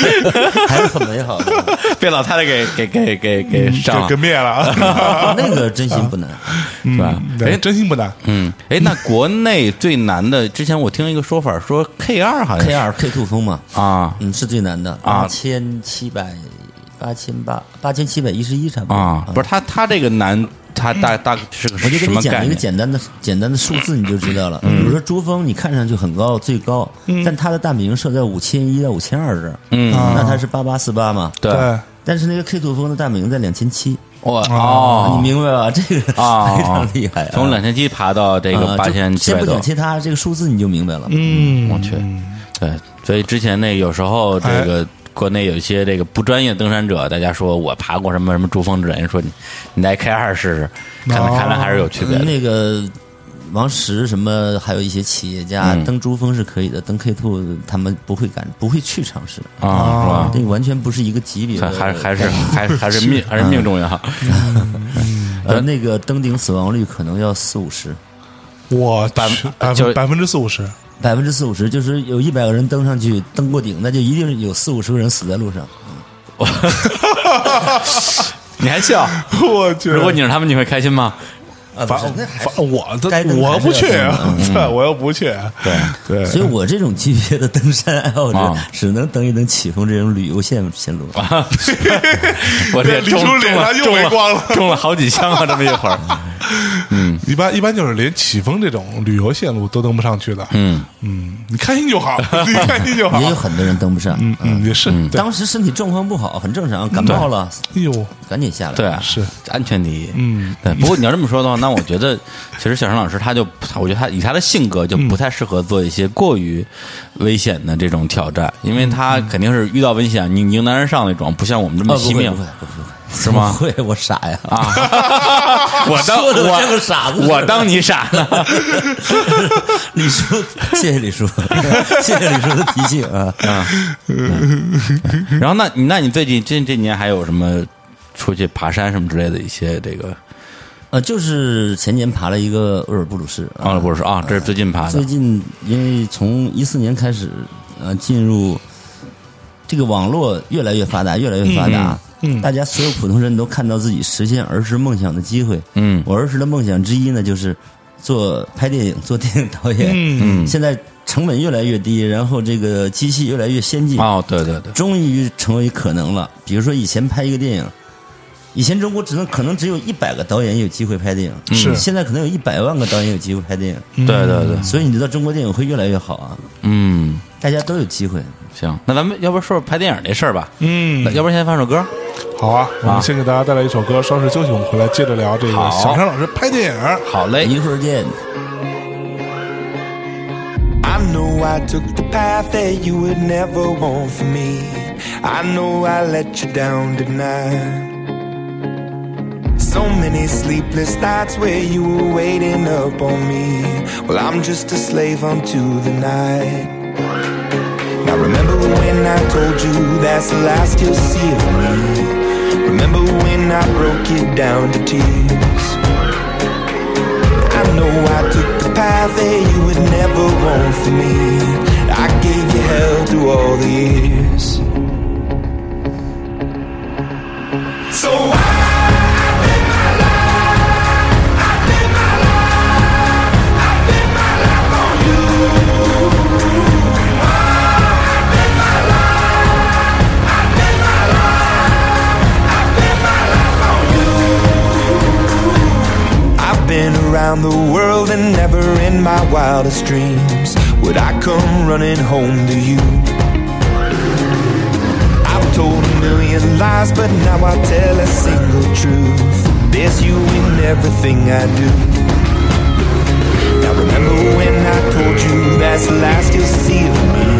C: 还是很美好的。
B: 被老太太给给给给给上
A: 给
B: 了
A: 给，灭了 啊，
C: 那个真心不难，
A: 嗯
B: 吧哎
A: 对，真心不难，
B: 嗯，哎，那国内最难的，之前我听一个说法说 K 二好像
C: K
B: 是
C: 二 K two 峰嘛，
B: 啊
C: 嗯，是最难的，
B: 啊
C: 八千七百，八千八，八千七百一十一差不多嗯
B: 啊，不是他他这个难，他大大是个
C: 我就
B: 什
C: 给你
B: 么
C: 讲
B: 概
C: 一个
B: 念？嗯
C: 简单的、简单的数字，你就知道了。比如说珠峰，你看上去很高，最高，但它的大本营设在五千一到五千二这儿，
B: 嗯
A: 啊
C: 那它是八八四八嘛。
B: 对，
C: 但是那个 K 土峰的大本营在两千七，
B: 我
A: 哦
B: 哦
C: 啊你明白吧？这 个非
B: 啊，
C: 常厉害啊，
B: 从两千七爬到这
C: 啊
B: 个
C: 就
B: 八千七
C: 先
B: 百
C: 不
B: 多
C: 讲，其他，这个数字你就明白了。
A: 嗯，哎
B: 我去，对，所以之前那有时候这个。国内有一些这个不专业登山者，大家说我爬过什么什么珠峰之类，人说你你来 K 二试试，看来
A: 哦
B: 看来还是有区别的
C: 嗯那个王石什么，还有一些企业家
B: 嗯
C: 登珠峰是可以的，登 K 土他们不会敢，不会去尝试，
A: 嗯
B: 啊，
C: 这个完全不是一个级别
B: 是吧？
C: 的。
B: 还还是还还是 命还是命重
A: 嗯
B: 要。
C: 呃，那个登顶死亡率可能要四五十，
A: 我
B: 百
A: 去百
B: 就
A: 分
B: 是
A: 百分之四五十，
C: 百分之四五十，就是有一百个人登上去登过顶，那就一定有四五十个人死在路上。
B: 你还笑？
A: 我去，
B: 如果你是他们，你会开心吗？
C: 啊，
A: 反
C: 不是，那还是
A: 反我
C: 该
A: 的
C: 登
A: 我
C: 还是
A: 不
C: 要
A: 去，啊
C: 登嗯
A: 对，我又不去，啊
B: 对，
A: 对，
C: 所以我这种级别的登山爱好者
B: 啊，
C: 只能登一登起峰这种旅游线线路。
B: 我这也
A: 李
B: 中
A: 叔
B: 中
A: 脸
B: 了
A: 上又
B: 中
A: 没光
B: 了
A: 了
B: 中了好几枪啊！这么一会儿，
A: 一般一般就是连起峰这种旅游线路都登不上去的，
B: 嗯，
A: 嗯，你开心就好， 你开心就好，
C: 也有很多人登不上，
A: 嗯嗯也是，对，
C: 当时身体状况不好，很正常，感冒了，
A: 哎呦，
C: 赶紧下来。
B: 对，啊，
A: 是
B: 安全第一。
A: 嗯，
B: 对。不过你要这么说的话，那我觉得其实小陈老师他就，他我觉得他以他的性格就不太适合做一些过于危险的这种挑战，因为他肯定是遇到危险你迎难而上那嗯哦种，不像我们这
C: 啊，
B: 么
C: 不
B: 惜
C: 会
B: 命
C: 不会不会，不
B: 是吗？
C: 会，不会我傻呀！
B: 啊，我当
C: 说的像
B: 我
C: 个傻子似的
B: 我当你傻呢。
C: 李叔， 谢谢李叔，谢谢李叔的提醒啊。
B: 然后那你那你最近这这年还有什么出去爬山什么之类的一些这个
C: 呃，就是前年爬了一个额尔布鲁士
B: 啊不是啊，这是最近爬的
C: 最近因为从一四年开始，呃，进入这个网络越来越发达，越来越发达，
A: 嗯嗯
C: 大家所有普通人都看到自己实现儿时梦想的机会。
B: 嗯
C: 我儿时的梦想之一呢，就是做拍电影、做电影导演。
A: 嗯
B: 嗯
C: 现在成本越来越低，然后这个机器越来越先
A: 啊
C: 进，
B: 哦对对对
C: 终于成为可能了。比如说，以前拍一个电影，以前中国只能可能只有一百个导演有机会拍电影，
A: 是
C: 现在可能有一百万个导演有机会拍电影。
B: 对对对，
C: 所以你知道中国电影会越来越好啊，
B: 嗯
C: 大家都有机会。
B: 行，那咱们要不说说拍电影这事儿吧，那
A: 嗯，
B: 要不然先放首歌，
A: 好啊，我
B: 啊
A: 们先给大家带来一首歌，稍事休息，我们回来接着聊这个
B: 好
A: 小山老师拍电影。
B: 好嘞，
C: 一会 儿见。
D: I know I took the path that you would never want for me. I know I let you down, didn't I? So many sleepless nights where you were waiting up on me. Well, I'm just a slave unto the night. Now remember when I told you that's the last you'll see of me. Remember when I broke it down to tears. I know I took the path that you would never want for me. I gave you hell through all the years. So why? I've been around the world and never in my wildest dreams would I come running home to you. I've told a million lies, but now I tell a single truth. There's you in everything I do. Now remember when I told you that's the last you'll see of me.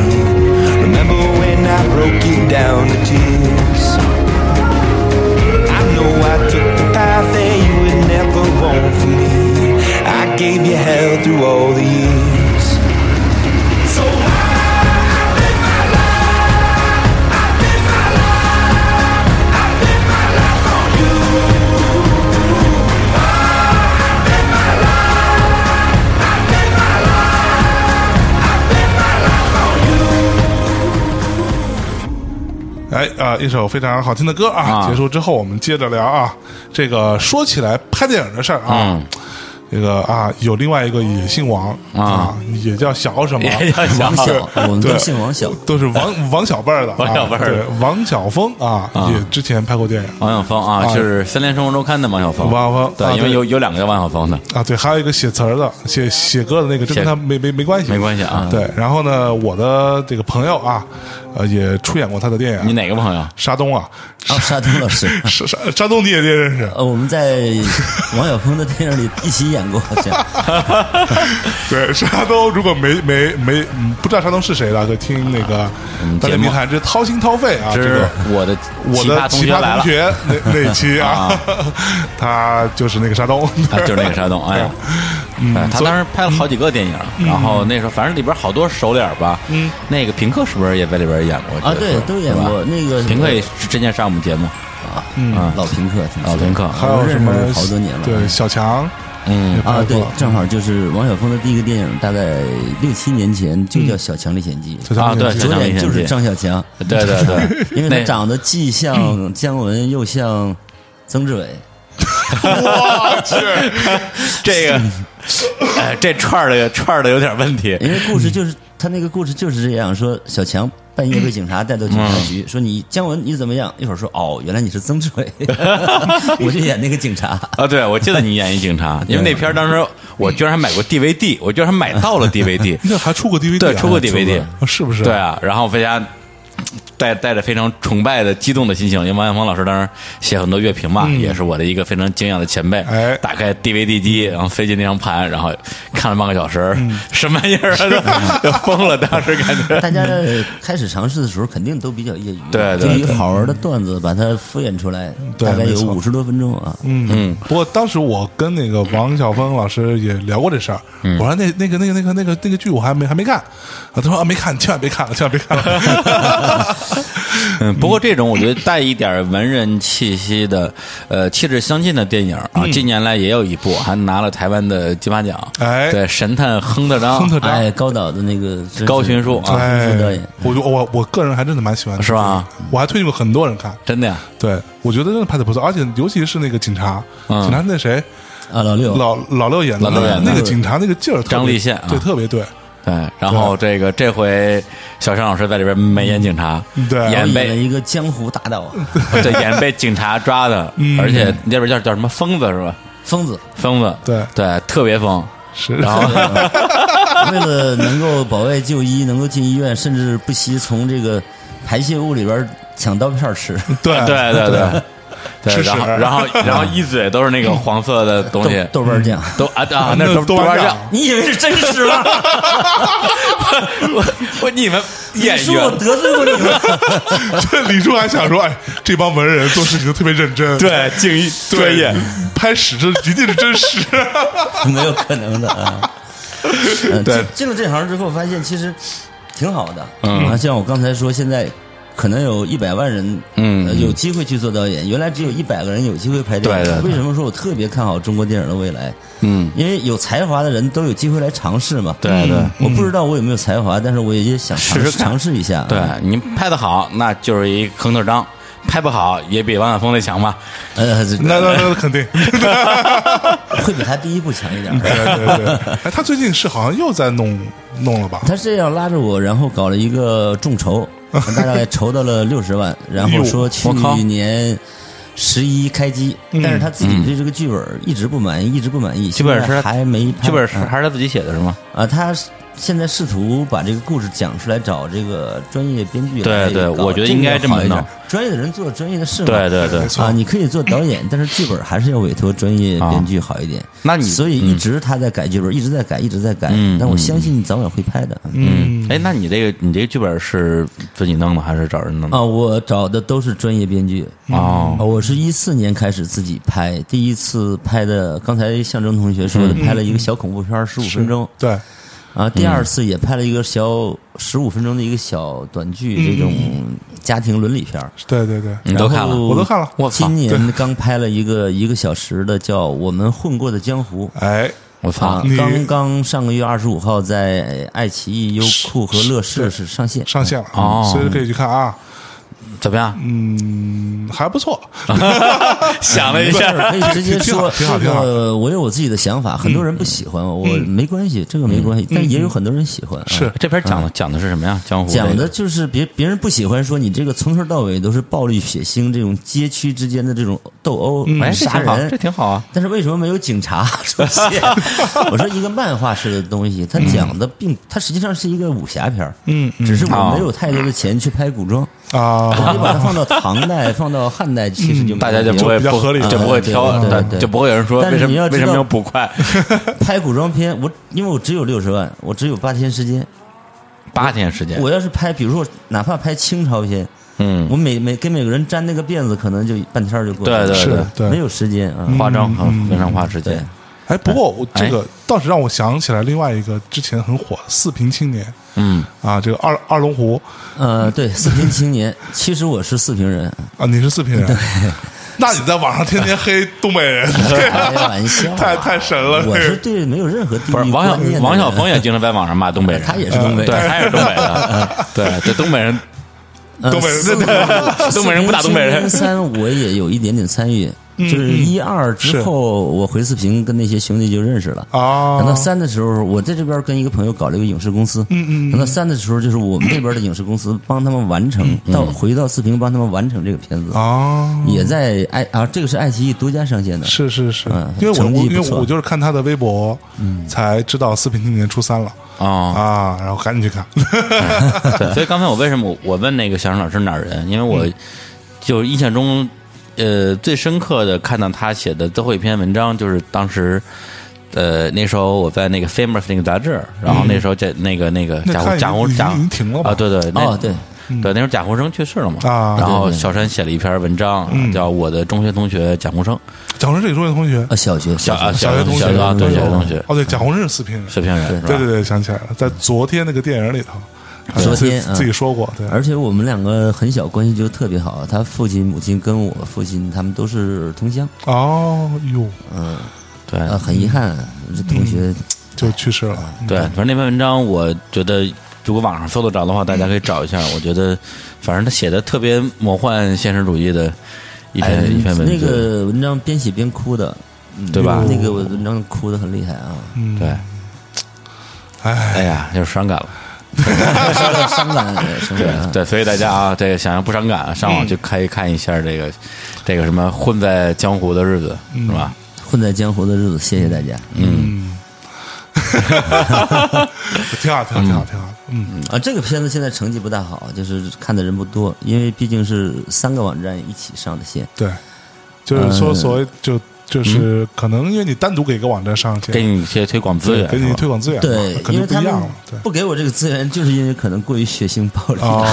D: Remember when I broke you down to tears. I know I took the path that you would never want for me. I gave you hell through all the years. So I
A: 哎啊、一首非常好听的歌啊！
B: 啊
A: 结束之后，我们接着聊啊。这个说起来拍电影的事儿啊，
B: 嗯
A: 这个啊，有另外一个也姓王啊也叫小 什么，
B: 也叫小
C: 王小，我们都
A: 对
C: 姓王小。
A: 都是 王王小辈儿的啊，
B: 王小辈儿的
A: 对王晓峰啊，
B: 啊
A: 也之前拍过电影
B: 王晓峰啊，就是《三联生活周刊》的王晓峰。
A: 王晓峰啊
B: 对，因为
A: 对
B: 有有两个叫王晓峰的，
A: 啊，对，还有一个写词儿的、写写歌的那个，这跟
B: 写
A: 他没没没关系，
B: 没关系啊
A: 对，然后呢，我的这个朋友啊，呃，也出演过他的电
B: 你
A: 影，
B: 哪个朋友？
A: 沙东啊，
C: 哦，沙东 老师，
A: 沙沙沙东你也认识，
C: 呃，我们在王晓峰的电影里一起演过，好 像
A: 对，沙东如果没没没嗯不知道沙东是谁的，可以听那个《大内
B: 节目
A: 密探之掏心掏肺》啊，
B: 这
A: 这
B: 是
A: 个。
B: 我的
A: 我
B: 奇
A: 的
B: 葩同
A: 奇
B: 学
A: 葩
B: 来
A: 同
B: 了，
A: 学那那一期啊， 他就是那个沙东，
B: 啊，就是那个沙东，哎呀，哎他当时拍了好几个电影，然后那时候反正里边好多熟脸吧，嗯，那个平克是不是也在里边演过
C: 啊，对，都演过。那个
B: 平克也是之前上我们节目，
C: 啊，老平克，挺
B: 老平克
A: 嗯还有什么
C: 我认识好多年了
A: 对，小强
B: 嗯
A: 也拍
C: 啊，对
A: 过，
C: 正好就是王晓峰的第一个电影，大概六七年前就
A: 嗯
C: 叫《小强历险记》，
A: 小强
B: 啊对
A: 也是
B: 小
C: 主
B: 强历
C: 演
B: 险
C: 就是
B: 记
C: 张小强，
B: 对对对，
C: 因为
B: 那
C: 他长得 既像姜文又像曾志伟，
A: 我去，
B: 这个，哎，这串儿的串儿的有点问题，
C: 因为故事就是他那个故事就是这样说，小强半夜被警察带到警察
B: 嗯
C: 局，说你姜文你怎么样？一会儿说哦，原来你是曾志 伟，我就演那个警察。
B: 啊，对，我记得你演一警 察，因为那片儿当时我居然还买过 DVD，我居然还买到了 DVD，
A: 那还出过 DVD，
B: 对
A: 啊
B: 出过 DVD
A: 啊是不是？
B: 对啊，然后回家带带着非常崇拜的、激动的心情，因为王小峰老师当时写很多乐评嘛，也是我的一个非常敬仰的前辈。
A: 嗯哎
B: 打开 DVD 机，然后飞进那张盘，然后看了半个小时，
A: 嗯
B: 什么玩意儿啊都 就疯了，当时感觉。
C: 大家开始尝试的时候，肯定都比较业余，啊
B: 对
C: 就
B: 对
C: 一个好玩的段子把它敷衍出来，
A: 对
C: 大概
A: 没
C: 有
A: 错
C: 五十多分钟啊。嗯，
A: 嗯，不过当时我跟那个王晓峰老师也聊过这事儿，我说那那个那个那个那个那个剧我还没还没看，啊，他说啊没看，千万别看了，千万别看了。
B: 嗯，不过这种我觉得带一点文人气息的，呃，气质相近的电影啊，
A: 嗯
B: 近年来也有一部，还拿了台湾的金马奖。
A: 哎
B: 对，神探亨特章，
A: 亨特章
C: 哎，高导的那个真是
B: 高群树啊
C: 高群树导演，
A: 哎我就我我个人还真的蛮喜欢的，
B: 是吧？
A: 我还推荐过很多人看，
B: 真的呀，
A: 对我觉得真的拍的不错，而且尤其是那个警察，
B: 嗯
A: 警察那谁
C: 啊，老六，
A: 老老六演的
B: 哎老六演的
A: 那个警察那个劲儿特别，
B: 张立宪啊
A: 对，特别对，
B: 对，然后这个这回小尚老师在里边没演警察，
A: 嗯对哦
B: 演
C: 演了
B: 被
C: 一个江湖大盗，啊
B: 对演被警察抓 的，
A: 嗯
B: 而且那边叫叫什么疯子是吧？
C: 疯子。
B: 疯子，
A: 对
B: 对，特 别疯。
A: 是
B: 然后
C: 为了能够保卫就医，能够进医院，甚至不惜从这个排泄物里边抢刀片吃，
A: 对
B: 对对对对，
A: 吃屎
B: 然后然后然后一嘴都是那个黄色的东
C: 豆
B: 西，
C: 豆瓣酱。
B: 都啊啊，
A: 那
B: 那
A: 豆
B: 豆
A: 瓣
B: 瓣
A: 酱
B: 酱，
C: 你以为是真实 吗？
B: 我我你们
C: 你
B: 演
C: 说我
B: 员。
C: 得罪过你吗？
A: 这李叔还想说，哎，这帮文人做事情都特别认真，
B: 对，敬业专业，
A: 拍史这一定是真实。
C: 没有可能的啊。呃嗯
A: 对
C: 进进了这行之后，发现其实挺好的。嗯，啊，像我刚才说，现在可能有一百万人，
B: 嗯
C: 呃有机会去做导演，原来只有一百个人有机会拍电影。
B: 对对对
C: 为什么说我特别看好中国电影的未来？
B: 嗯，
C: 因为有才华的人都有机会来尝试嘛。
B: 对对嗯
C: 我不知道我有没有才华，但是我也想尝
B: 试
C: 试
B: 试看
C: 尝试一下。啊
B: 对你拍的好，那就是一坑特章；拍不好，也比王晓峰那强吧？
C: 呃，这
A: 那那那肯定， 对
C: 会比他第一部强一 点。
A: 对对。哎，他最近是好像又在弄弄了吧？
C: 他这样拉着我，然后搞了一个 众筹，大概筹到了六十万，然后说去
B: 哎我靠
C: 年十一开机，但是他自己对这个剧本一直不满意，一直不满意，
B: 剧本是
C: 现在还没拍
B: 剧本是还是他自己写的是吗？
C: 啊，他现在试图把这个故事讲出来，找这个专业编剧来
B: 对对
C: 搞
B: 我觉得应该
C: 这
B: 这
C: 个
B: 么
C: 好一点
B: 弄
C: 专业的人做专业的事嘛，
B: 对对对
A: 没，错
C: 啊，你可以做导演，但是剧本还是要委托专业编剧好一点。
B: 啊那你
C: 所以一直他在改剧本，一直在改，一直在改。
B: 嗯
C: 但我相信早晚会拍的。
B: 嗯，哎，那你这个你这个剧本是自己弄的还是找人弄的？
C: 啊，我找的都是专业编剧。
B: 哦
C: 啊，我是一四年开始自己拍，第一次拍的，刚才象征同学说的，拍了一个小恐怖片，十五分钟。
A: 对，
C: 啊，第二次也拍了一个小十五分钟的一个小短剧，这种家庭伦理片儿。
A: 对对对，
B: 你都看了？
A: 我都看了
B: 我操
C: 今年刚拍了一个一个小时的叫《我们混过的江湖》。
A: 哎，
B: 我操
C: 啊！
A: 你，
C: 刚刚上个月二十五号在爱奇艺、优酷和乐视是上线。
A: 上线了，
B: 哦
A: 所以可以去看啊，
B: 怎么样？
A: 嗯，还不错，
B: 想了一
C: 没事
B: 下，
C: 儿 可以直接说，
A: 挺好
C: 这
A: 挺好
C: 个我有我自己的想法，很多人不喜欢我，
B: 嗯
C: 我没关系，这个没关系，但也有很多人喜欢。
A: 是
C: 啊
B: 这边讲的讲嗯的是什么呀？江湖这个
C: 讲的就是别别人不喜欢说你这个从头到尾都是暴力血腥这种街区之间的这种斗殴、
B: 哎，这
C: 杀
B: 挺好，
C: 人
B: 这，挺好啊。
C: 但是为什么没有警察出现？我说一个漫画式的东西，它讲的并它实际上是一个武侠片儿，
A: 嗯嗯
C: 只是
B: 哦
C: 我没有太多的钱去拍古装，
A: 啊，
C: 你把它放到唐代、放到汉代，其实就
B: 嗯
C: 没
B: 大家就
C: 问题
B: 不会
A: 比较合理
B: 不就不会
C: 嗯对
B: 挑，
C: 对
B: 但
C: 对
B: 就不会有人说
C: 但是
B: 为什
C: 你
B: 么
C: 要知
B: 为
C: 道
B: 什么要捕 快？
C: 拍古装片，我因为我只有六十万，我只有八天时间，
B: 八天时间，
C: 我要是拍，比如说哪怕拍清朝片，
B: 嗯，
C: 我每每给每个人粘那个辫子，可能就半天儿就过去了，
B: 对对
A: 是
B: 对，嗯
A: 对
C: 没有时间啊。
B: 化妆很非常花时
C: 对
B: 间。
A: 哎，不过我
B: 哎
A: 这个倒是让我想起来另外一个之前很火《四平青年》
B: 嗯，
A: 啊，这个二二龙湖
C: 呃，对，四平青年，其实我是四 平人，
A: 啊，你是四平人，那你在网上天天黑东北 人，
C: 开玩笑啊，
A: 太太神了
C: 我是对没有任何地域
B: 不是王
C: 观念
B: 小
C: 的
B: 王
C: 人
B: 晓峰也经常在网上骂东北人，
C: 他也是东北人
B: 对，他也是东北 的，对，这东北人
C: 呃
A: 东北人
C: 四平
B: 东北人不打东北人嗯
C: 四平青年三我也有一点点参与，就是一二之后，我回四平跟那些兄弟就认识了。
A: 啊，
C: 等到三的时候，我在这边跟一个朋友搞了一个影视公司。嗯嗯。等到三的时候，就是我们这边的影视公司帮他们完成，到回到四平帮他们完成这个片子，
A: 啊，
C: 也在爱啊，这个是爱奇艺独家上线的。
A: 是是是
C: 嗯，
A: 因为我
C: 成绩
A: 我
C: 不
A: 因为
C: 错嗯
A: 我就是看他的微博，才知道《四平青年》出三了
C: 哦
B: 啊，
A: 啊，然后赶紧去看，
C: 啊
B: 对，所以刚才我为什么我我问那个小生老师哪儿人，因为
C: 嗯
B: 我就印象中，呃，最深刻的看到他写的最后一篇文章，就是当时。呃，那时候我在那个《Famous》那个杂志，然后那时候在那个那个
A: 那
B: 贾
C: 嗯
A: 看
B: 胡
A: 已
B: 贾胡
A: 已
B: 贾
A: 已经停了吧
B: 啊，对对，那
C: 哦对
B: 对，那时候贾胡生去世了嘛，
A: 啊
B: 然后
C: 对对嗯
B: 小山写了一篇文章，叫《我的中学同学贾胡生》，
A: 蒋红是中学同学，
C: 啊，小学
B: 小啊
C: 学
A: 小学同
B: 小
A: 学
B: 啊对
A: 都
B: 小
A: 有
B: 学同学
A: 哦，对，蒋红是四平人，
B: 是骗人，是吧
A: 对对对，想起来了，在昨天那个电影里头，他
C: 昨
A: 自己
C: 天啊
A: 自己说过，对，
C: 而且我们两个很小，关系就特别好。他父亲、母亲跟我父亲他们都是同乡，
A: 哦哟，
B: 对
C: 啊，很嗯遗憾，这同
B: 嗯
C: 学
A: 就去世了，
B: 对，反正那篇文章，我觉得如果网上搜得着的话，大家可以找一下。我觉得，反正他写的特别魔幻现实主义的一篇、
C: 哎
B: 一篇文字，
C: 那个文章边写边哭的，嗯
B: 对吧
C: 那个文章哭的很厉害啊，
B: 对，
A: 哎，
B: 哎呀，就是伤感了。
C: 伤感伤感伤
B: 对
C: 感啊。
B: 对，所以大家啊，这个想要不伤感，上
A: 嗯
B: 网去看一看一下这个这个什么混在江湖的日子，
A: 嗯
B: 是吧？
C: 混在江湖的日子，谢谢大家。
A: 挺好，挺好，挺好，挺好，嗯，
C: 啊，这个片子现在成绩不大好，就是看的人不多，因为毕竟是三个网站一起上的线。
A: 对，就是说所谓就就是可能因为你单独给一个网站上去，
B: 给你一些推广资
A: 对
B: 源，
A: 给
B: 是
A: 你
B: 吧
A: 推广资源嘛，
C: 对，
A: 肯定
C: 因为
A: 不
C: 他
A: 一
C: 们
A: 样了，对，
C: 不给我这个资源，就是因为可能过于血腥暴力。
A: 哦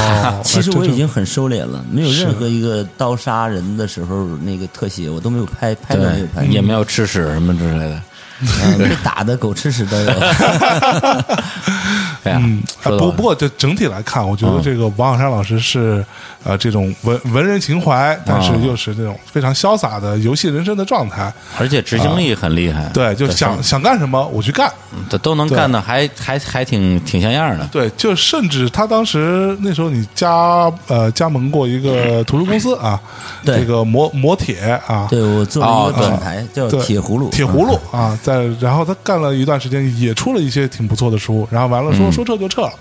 C: 其实
A: 哎这
C: 我
A: 就
C: 已经很收敛了，没有
A: 是
C: 任何一个刀杀人的时候那个特写我都没有拍，拍都没有拍
B: 对，，也没有吃屎什么之类的，
C: 嗯被打的狗吃屎 都有。
B: 哎呀，
A: 嗯，哎
B: 说到
A: 不不过就整体来看，我觉
B: 嗯
A: 得这个王小山老师是呃这种文文人情怀，但是
B: 嗯
A: 又是这种非常潇洒的游戏人生的状态。
B: 而且执行力很厉害，
A: 啊对，就
B: 这
A: 想想干什么我去干。
B: 这都能干的，还还还挺挺像样的。
A: 对，就甚至他当时那时候你加呃加盟过一个图书公司啊，
C: 对
A: 这个磨磨铁啊，
C: 对我做了一
B: 哦
C: 个品牌叫
A: 对
C: 铁葫芦，
A: 铁葫芦啊，在然后他干了一段时间，也出了一些挺不错的书，然后完了说说撤就撤了。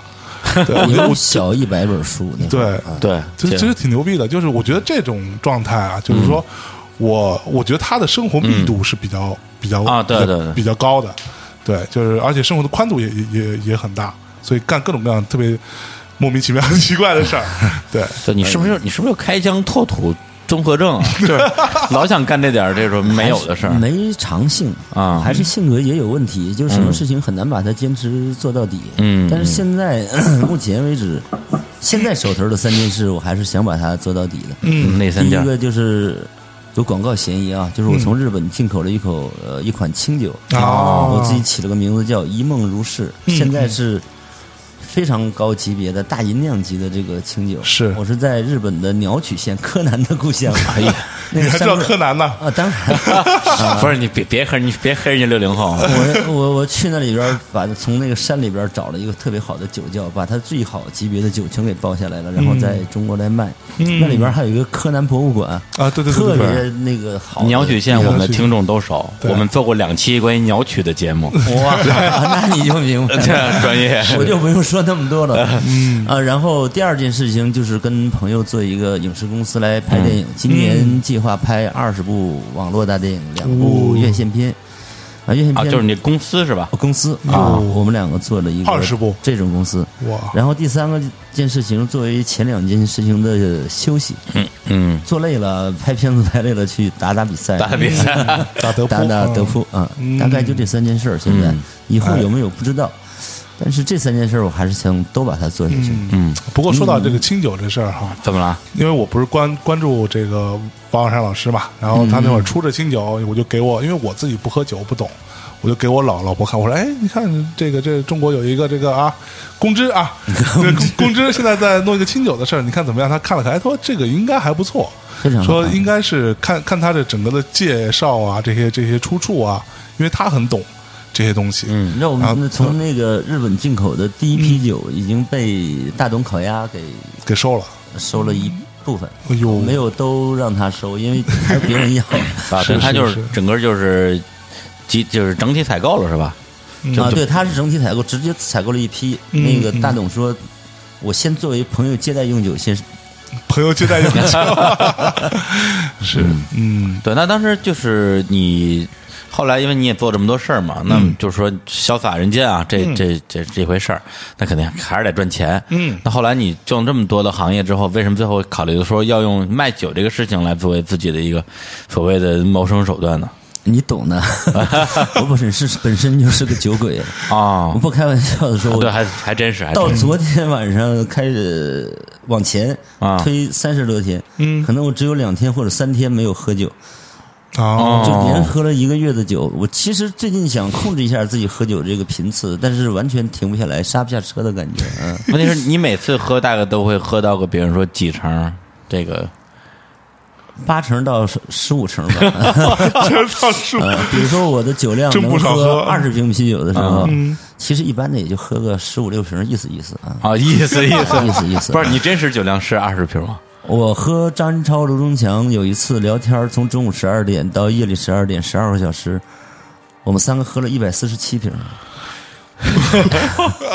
A: 对， 我觉得
C: 嗯有
A: 我
C: 小一百本书那会
A: 对
C: 儿啊，
B: 嗯对，
A: 其实
B: 这
A: 其实挺牛逼的，就是我觉得这种状态啊，就是说我我觉得他的生活密度是比较、比较
B: 啊对
A: 比较
B: 对对
A: 比较高的，对，就是而且生活的宽度也也也也很大，所以干各种各样特别莫名其妙、 奇怪的事儿，对。
B: 对你是不是你是不是有开疆拓土综合症啊？ 就是老想干这点儿这种没有的事儿。
C: 哎没长性
B: 啊
C: 还是性格也有问题，就是什么事情很难把它坚持做到底。
B: 嗯
C: 但是现在 目前为止，现在手头的三件事，我还是想把它做到底的。
B: 嗯，那
C: 第
B: 三
C: 一
B: 件嗯
C: 个就是有广告嫌疑啊，就是我从日本进口了一口呃一款清酒，
A: 哦
C: 我自己起了个名字叫一梦如是，
B: 嗯
C: 现在是。非常高级别的大吟酿级的这个清酒，
A: 是
C: 我是在日本的鸟取县柯南的故乡，哎呀， 那
A: 你
C: 个
A: 还知
C: 山
A: 道
C: 不是
A: 柯南呢？
C: 啊，当然，
B: 嗯不是你别别黑你别黑人家六零后，啊
C: 我我我去那里边儿把从那个山里边儿找了一个特别好的酒窖，把它最好级别的酒全给包下来了，然
A: 嗯
C: 后在中国来卖。那里边儿还有一个柯南博物馆
A: 啊对对对
C: 特
A: 对对
C: 别那个好
A: 嗯
C: 的。
B: 鸟取县我们的听众都熟，
A: 对嗯
B: 我们做过两期关于鸟取的节目，
C: 哇， 那你就明白
B: 这
C: 了。
B: 专业。
C: 我就不用说那么多了，嗯啊，然后第二件事情就是跟朋友做一个影视公司来拍电影，
B: 嗯
C: 今年计划拍二十部网络大电影，两部院线片，啊，院线
B: 哦啊，
C: 片
B: 就是你公司是吧？
C: 公司
A: 啊
C: 我们两个做了一个
A: 20部嗯
C: 这种公司。
A: 哇
C: 然后第三个件事情，作为前两件事情的休 息，
B: 嗯，
C: 做累了拍片子拍累了去打打比赛，
B: 打比赛，
A: 打德扑，
C: 打打
A: 嗯
C: 德扑啊
A: 嗯，
C: 大概就这三件事儿。现在以后有没有不知道，但是这三件事儿我还是想都把它做下去。
A: 嗯，不过说到这个清酒这事儿哈，
B: 怎么了？
A: 因为我不是关关注这个王小山老师嘛，然后他那会儿出着清酒，我就给我，因为我自己不喝酒不懂，我就给我老老婆看，我说，哎，你看这个这中国有一个这个啊，公知 啊，这个公公知现在在弄一个清酒的事儿，你看怎么样？他看了看，哎，说这个应该还不错，
C: 非常好
A: 说应该是看看他的整个的介绍啊，这些这些出处啊，因为他很懂这些东西，
C: 你知道我
A: 啊
C: 们从嗯那个日本进口的第一批酒已经被大董烤鸭给
A: 给收了，
C: 收了一部分，
A: 哎呦，
C: 没有都让他收，因为还有别人要。
B: 啊，
A: 是
B: 对，他
A: 是
B: 就是
A: 是
B: 整个就是集就是整体采购了是吧？
C: 啊，对，他是整体采购，直接采购了一批。
A: 嗯
C: 那个大董说，我先作为朋友接待用酒，先
A: 朋友接待用酒， 是，嗯。
B: 对，那当时就是你后来，因为你也做这么多事儿嘛，那么就是说潇洒人间啊，这、这这这回事儿，那肯定还是得赚钱。
A: 嗯，
B: 那后来你用这么多的行业之后，为什么最后考虑说要用卖酒这个事情来作为自己的一个所谓的谋生手段呢？
C: 你懂的。我本身是本身就是个酒鬼，
B: 啊
C: 我、不开玩笑的说，
B: 对，
C: 我
B: 还还真是，还
C: 哦到
B: 真是
C: 昨天晚上开始往前
B: 啊
C: 推三十多天，嗯，可能我只有两天或者三天没有喝酒，
A: 哦，
C: 就连喝了一个月的酒。我其实最近想控制一下自己喝酒这个频次，但是完全停不下来，刹不下车的感觉。嗯，
B: 问题是你每次喝大概都会喝到个，比如说几成这个。
C: 八成到十十五成吧。
A: 这倒是
C: 呃，比如说我的酒量
A: 真不
C: 能
A: 少喝
C: 喝二十瓶啤酒的时候，其实一般的也就喝个十五六瓶，意思意思啊。
B: 啊，意思意思
C: 意思意思
B: 不是你真实酒量是二十瓶吗？
C: 我和张超、刘忠强有一次聊天，从中午十二点到夜里十二点，十二个小时，我们三个喝了一百四十七瓶。
B: 对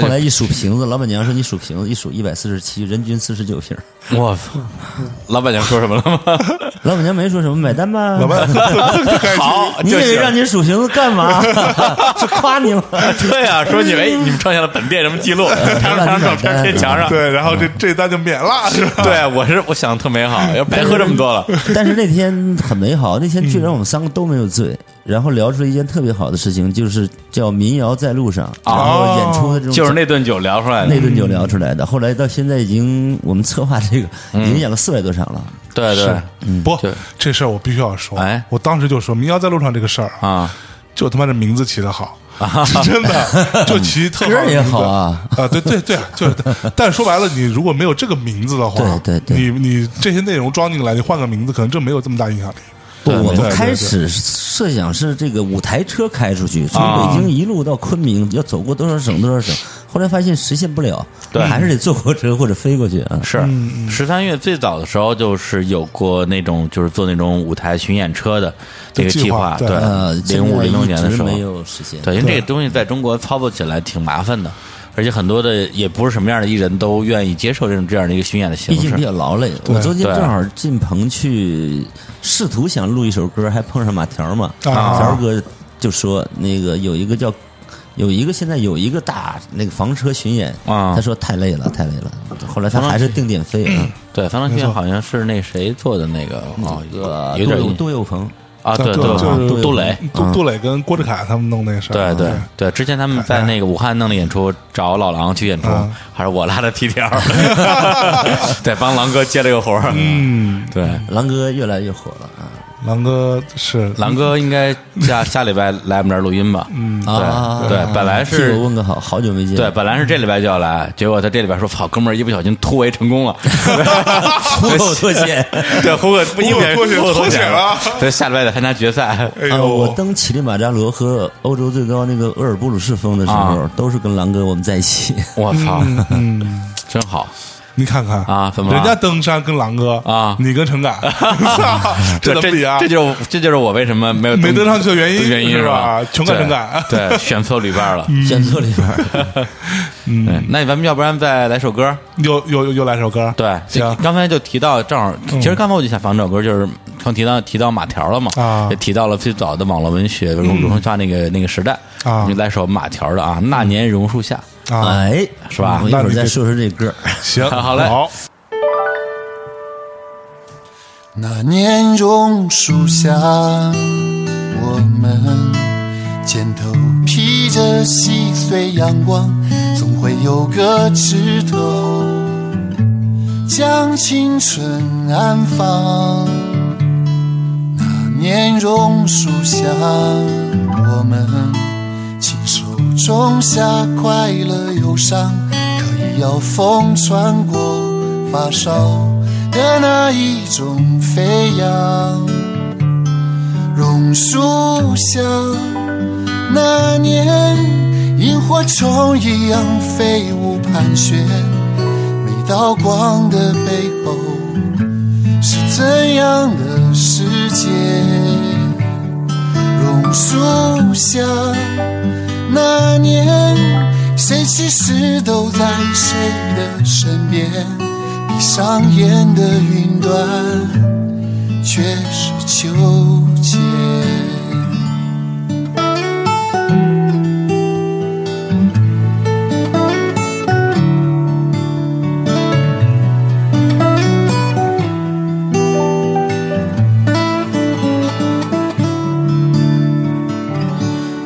C: 后来一数瓶子，老板娘说你数瓶子，一数一百四十七，人均四十九瓶。
B: 我操！老板娘说什么了吗？
C: 老板娘没说什么，买单吧。
A: 老板，
B: 好，
C: 你以
B: 就啊
C: 为
B: 行
C: 让你数瓶子干嘛？ 是夸你吗？
B: 对啊，说你哎，你们创下了本店什么记录？拍张照片贴墙 上。
A: 对，然后这这单就免了，是吧？
B: 对，啊我是我想得特美好，要白喝这么多了。
C: 但是那天很美好，那天
B: 嗯
C: 居然我们三个都没有醉，然后聊出了一件特别好的事情，就是叫民谣在路上，然后演出的这种
B: 哦就是那顿酒聊出来的，
C: 那顿酒聊出来的。后来到现在已经我们策划这个
B: 嗯
C: 已经演了四百多场了，
B: 对对
A: 不
B: 对，
A: 这事儿我必须要说。
B: 哎
A: 我当时就说，民谣在路上这个事儿，
B: 啊，
A: 就他妈这名字起的好。 真的，就起特
C: 歌
A: 好
C: 儿
A: 的
C: 也
A: 名字
C: 好啊
A: 啊，对对对啊，就是，但说白了，你如果没有这个名字的话，
C: 对对对
A: 你你这些内容装进来，你换个名字，可能真没有这么大影响力。
C: 不，我
A: 对对
C: 们开
A: 对
C: 始设想是这个五台车开出去，从
B: 啊
C: 北京一路到昆明，要走过多少省多少省，后来发现实现不了，
B: 对
C: 还是得坐火车或者飞过去啊。
B: 是十三月最早的时候，就是有过那种就是做那种舞台巡演车的这个
A: 计
B: 计
A: 划
B: 划，
A: 对
B: 对
C: 呃，，
B: 零五零六年的
C: 现
B: 时
C: 在
B: 候
C: 一直没有实现。
B: 对，因为这个东西在中国操作起来挺麻烦的，而且很多的也不是什么样的艺人都愿意接受这种这样的一个巡演的形
C: 毕竟比
B: 式。
C: 较劳累。
A: 对
C: 我昨天
B: 对
C: 正好进棚去，试图想录一首歌，还碰上马条嘛。
A: 啊
C: 条哥就说那个有一个叫有一个现在有一个大那个房车巡演
B: 啊
C: 他说太累了，太累了。后来他还是定点飞啊，
B: 对，方唐巡
A: 没
B: 演
A: 错
B: 好像是那谁做的那个
C: 嗯
B: 哦，有有
C: 杜
B: 点
C: 有
B: 印
C: 杜有鹏，
B: 啊，对
A: 就就
B: 对，
A: 是
B: 杜杜蕾，
A: 杜杜蕾跟郭志凯他们弄那事儿
B: 啊对
A: 啊，
B: 对对，之前他们在那个武汉弄的演出，找老狼去演出
A: 嗯，
B: 还是我拉的皮条， 对，帮狼哥接了个活儿。
A: 嗯，
B: 对，
C: 狼哥越来越火了啊。
A: 狼哥是
B: 狼哥应该下下礼拜来我们这儿录音吧？嗯，
C: 啊
B: 对对，本来
C: 替
B: 是
C: 我问个好，好久没见。
B: 对，本来是这礼拜就要来，结果他这礼拜说：“好，哥们儿，一不小心突围成 功了，
C: 出口脱险。
B: 对，胡可不
A: 胡可脱险
B: 胡可
A: 脱险了
B: 对，下礼拜得参加决赛。
A: 哎
C: 啊，
A: 呦，
C: 我登乞力马扎罗和欧洲最高那个厄尔布鲁士峰的时候，
B: 啊
C: 都是跟狼哥我们在一起。
B: 我操，
A: 嗯
B: 真好！
A: 你看看
B: 啊怎么了
A: 人家登山跟狼哥
B: 啊
A: 你跟 陈敢， 怎
B: 这
A: 么
B: 这
A: 比啊？
B: 这就是这就是我为什么没有
A: 没登上去的原因
B: 原因
A: 是吧
B: 吧？
A: 穷干穷干
B: 对，对选错旅伴了。
C: 选错里边儿，
A: 嗯
B: 对，那咱们要不然再来首歌？
A: 又又又来首歌，
B: 对，
A: 行啊嗯
B: 刚才就提到，正好，其实刚才我就想放这首歌，就是刚提到提到马条了嘛，
A: 啊嗯
B: 也提到了最早的网络文学榕树下那个那个时代
A: 啊
B: 我们就来首马条的啊，《那年榕树下》。
A: 啊，
C: 哎，
B: 是吧
C: 我一会
A: 那
C: 儿
A: 你
C: 再
A: 这
C: 说说这歌儿。
A: 行，
B: 好嘞
A: 好，
E: 那年榕树下，我们肩头披着细碎阳光，总会有个枝头将青春安放。那年榕树下，我们亲手种下快乐忧伤，可以要风穿过发梢的那一种飞扬。榕树下，那年萤火虫一样飞舞盘旋，每道光的背后是怎样的世界？榕树下，那年谁其实都在谁的身边，闭上眼的云端却是秋千。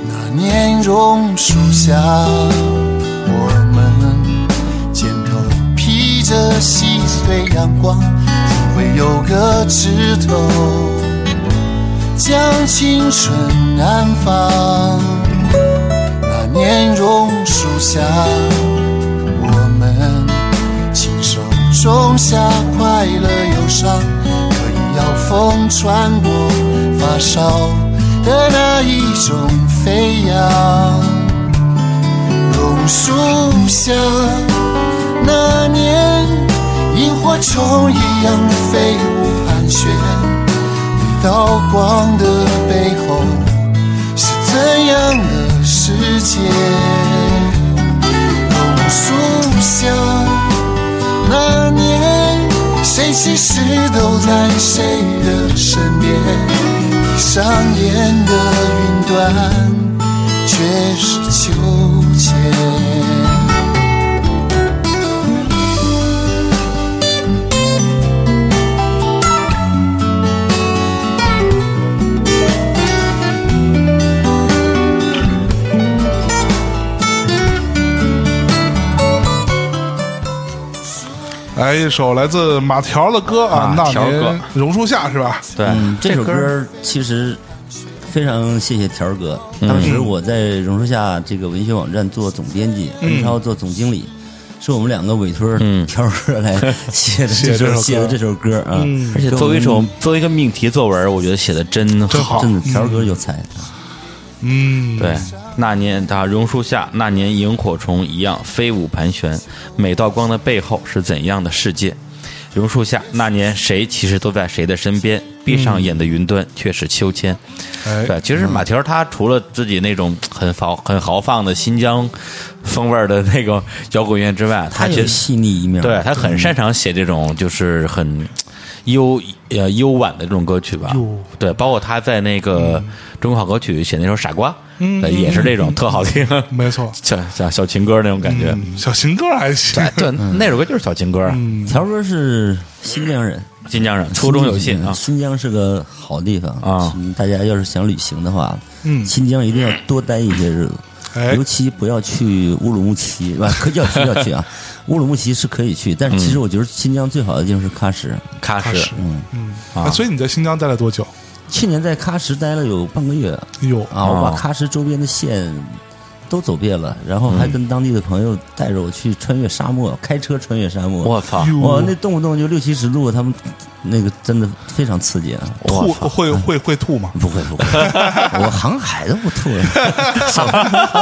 E: 那年榕树下，我们肩头披着细碎阳光，总会有个枝头将青春安放。那年榕树下，我们亲手种下快乐忧伤，可以要风穿过发梢的那一种飞扬。榕树下，那年萤火虫一样飞舞盘旋，每道光的背后是怎样的世界？榕树下，那年谁其实都在谁的身边，闭上眼的云端却是秋千。
A: 来一首来自马条的歌啊
B: 啊，
A: 那
B: 条哥
A: 年榕树下是吧？
B: 对，
C: 嗯嗯，这首
B: 歌
C: 歌
B: 儿
C: 儿其实非常谢谢条儿哥。
A: 嗯
C: 当时我在榕树下这个文学网站做总编辑，
A: 嗯
C: 文超做总经理，是我们两个委托条儿哥来写的这
A: 写这首
C: 首
A: 歌
C: 写的这首歌啊。
A: 嗯
B: 而且
C: 跟
B: 作为一
C: 我
B: 首
C: 们
B: 作为一个命题作文，我觉得写的真
A: 真好
C: 真的条儿哥有才，
A: 嗯，
B: 对，那年他榕树下，那年萤火虫一样飞舞盘旋，每道光的背后是怎样的世界？榕树下，那年谁其实都在谁的身边？闭上眼的云端却是秋千。
A: 哎
B: 对，其实马蹄儿他除了自己那种很豪很豪放的新疆风味儿的那个摇滚乐之外，他
C: 他
B: 其
C: 有
B: 实
C: 细腻一面。
B: 对他很擅长写这种就是很悠呃悠婉的这种歌曲吧
A: 哟。
B: 对，包括他在那个中国好歌曲写那首《傻瓜》，对也是这种特好听，
A: 没错，
B: 小小小情歌那种感觉。
A: 嗯小情歌还行
B: 对，对，那首歌就是小情歌啊，
C: 条儿哥是新疆人，
B: 新疆人，初中有
C: 新
B: 信啊。
C: 新疆是个好地方
B: 啊
C: 嗯大家要是想旅行的话，
A: 嗯
C: 新疆一定要多待一些日子，
A: 哎
C: 尤其不要去乌鲁木齐，啊，可 要去要 去啊！乌鲁木齐是可以去，
B: 嗯
C: 但是其实我觉得新疆最好的地方是喀什。
B: 喀什，
A: 啊，所以你在新疆待了多久？
C: 去年在喀什待了有半个月啊，
A: 哟，
C: 我
B: 哦
C: 把喀什周边的县都走遍了，然后还跟当地的朋友带着我去穿越沙漠，开车穿越沙漠。
B: 我操！
A: 哟
C: 哇，那动不动就六七十度，他们那个真的非常刺激啊！
A: 吐会会会吐吗？
C: 不会不会，我航海都不吐了，航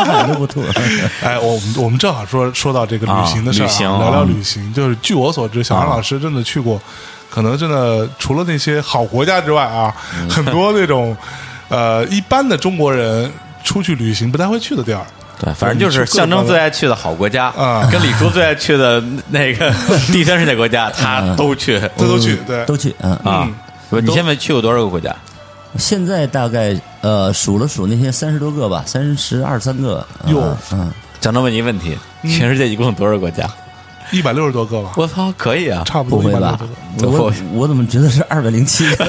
C: 海都不吐了。
A: 哎，我们我们正好说说到这个旅行的事儿、
B: 啊旅行
A: 聊聊
B: 啊
A: 旅行。就是据我所知，小
C: 啊
A: 杨老师真的去过，可能真的除了那些好国家之外啊，
C: 嗯
A: 很多那 种呃一般的中国人出去旅行不太会去的地儿。
B: 对，反正就是象征最爱去的好国家，
A: 啊
B: 跟李叔最爱去的那个 第三世界国家，他都去
A: 这都去，对，
C: 都去嗯
B: 啊。不你现在去过多少个国家？
C: 现在大概呃数了数那些三十多个吧，三十二三个。嗯
A: 哟
C: 嗯，
B: 想到问你一个问题：全世界一共有多少个国家？
A: 一百六十多个吧，
B: 嗯我操，可以 啊！
A: 差不多
C: 不会
A: 一百六十
C: 吧
A: 多个。？
C: 我我怎么觉得是二百零 七个？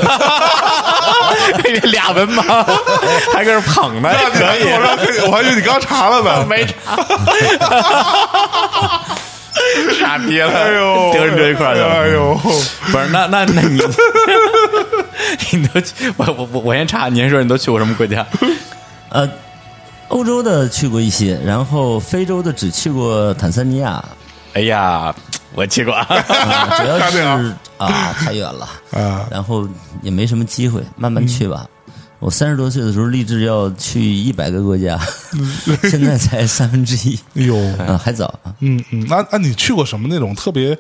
B: 俩文 盲还搁这捧呢，可以。
A: 我说可以，我还以为你刚查了呢。
B: 没查，傻逼了，哎呦丢人丢一块儿去了，
A: 哎呦，
B: 不是，那那那你， 你都去我我我我先查，你先说你都去过什么国家？
C: 呃，欧洲的去过一些，然后非洲的只去过坦桑 尼亚，
B: 哎呀，我去过，
C: 啊主要
A: 差点
C: 是
A: 儿
C: 啊太远了。
A: 啊，嗯
C: 然后也没什么机会，慢慢去吧。我三十多岁的时候立志要去一百个 国家，现在才三分之一，
A: 哎呦，
C: 啊，还早啊。
A: 嗯嗯，那那你去过什么那种特别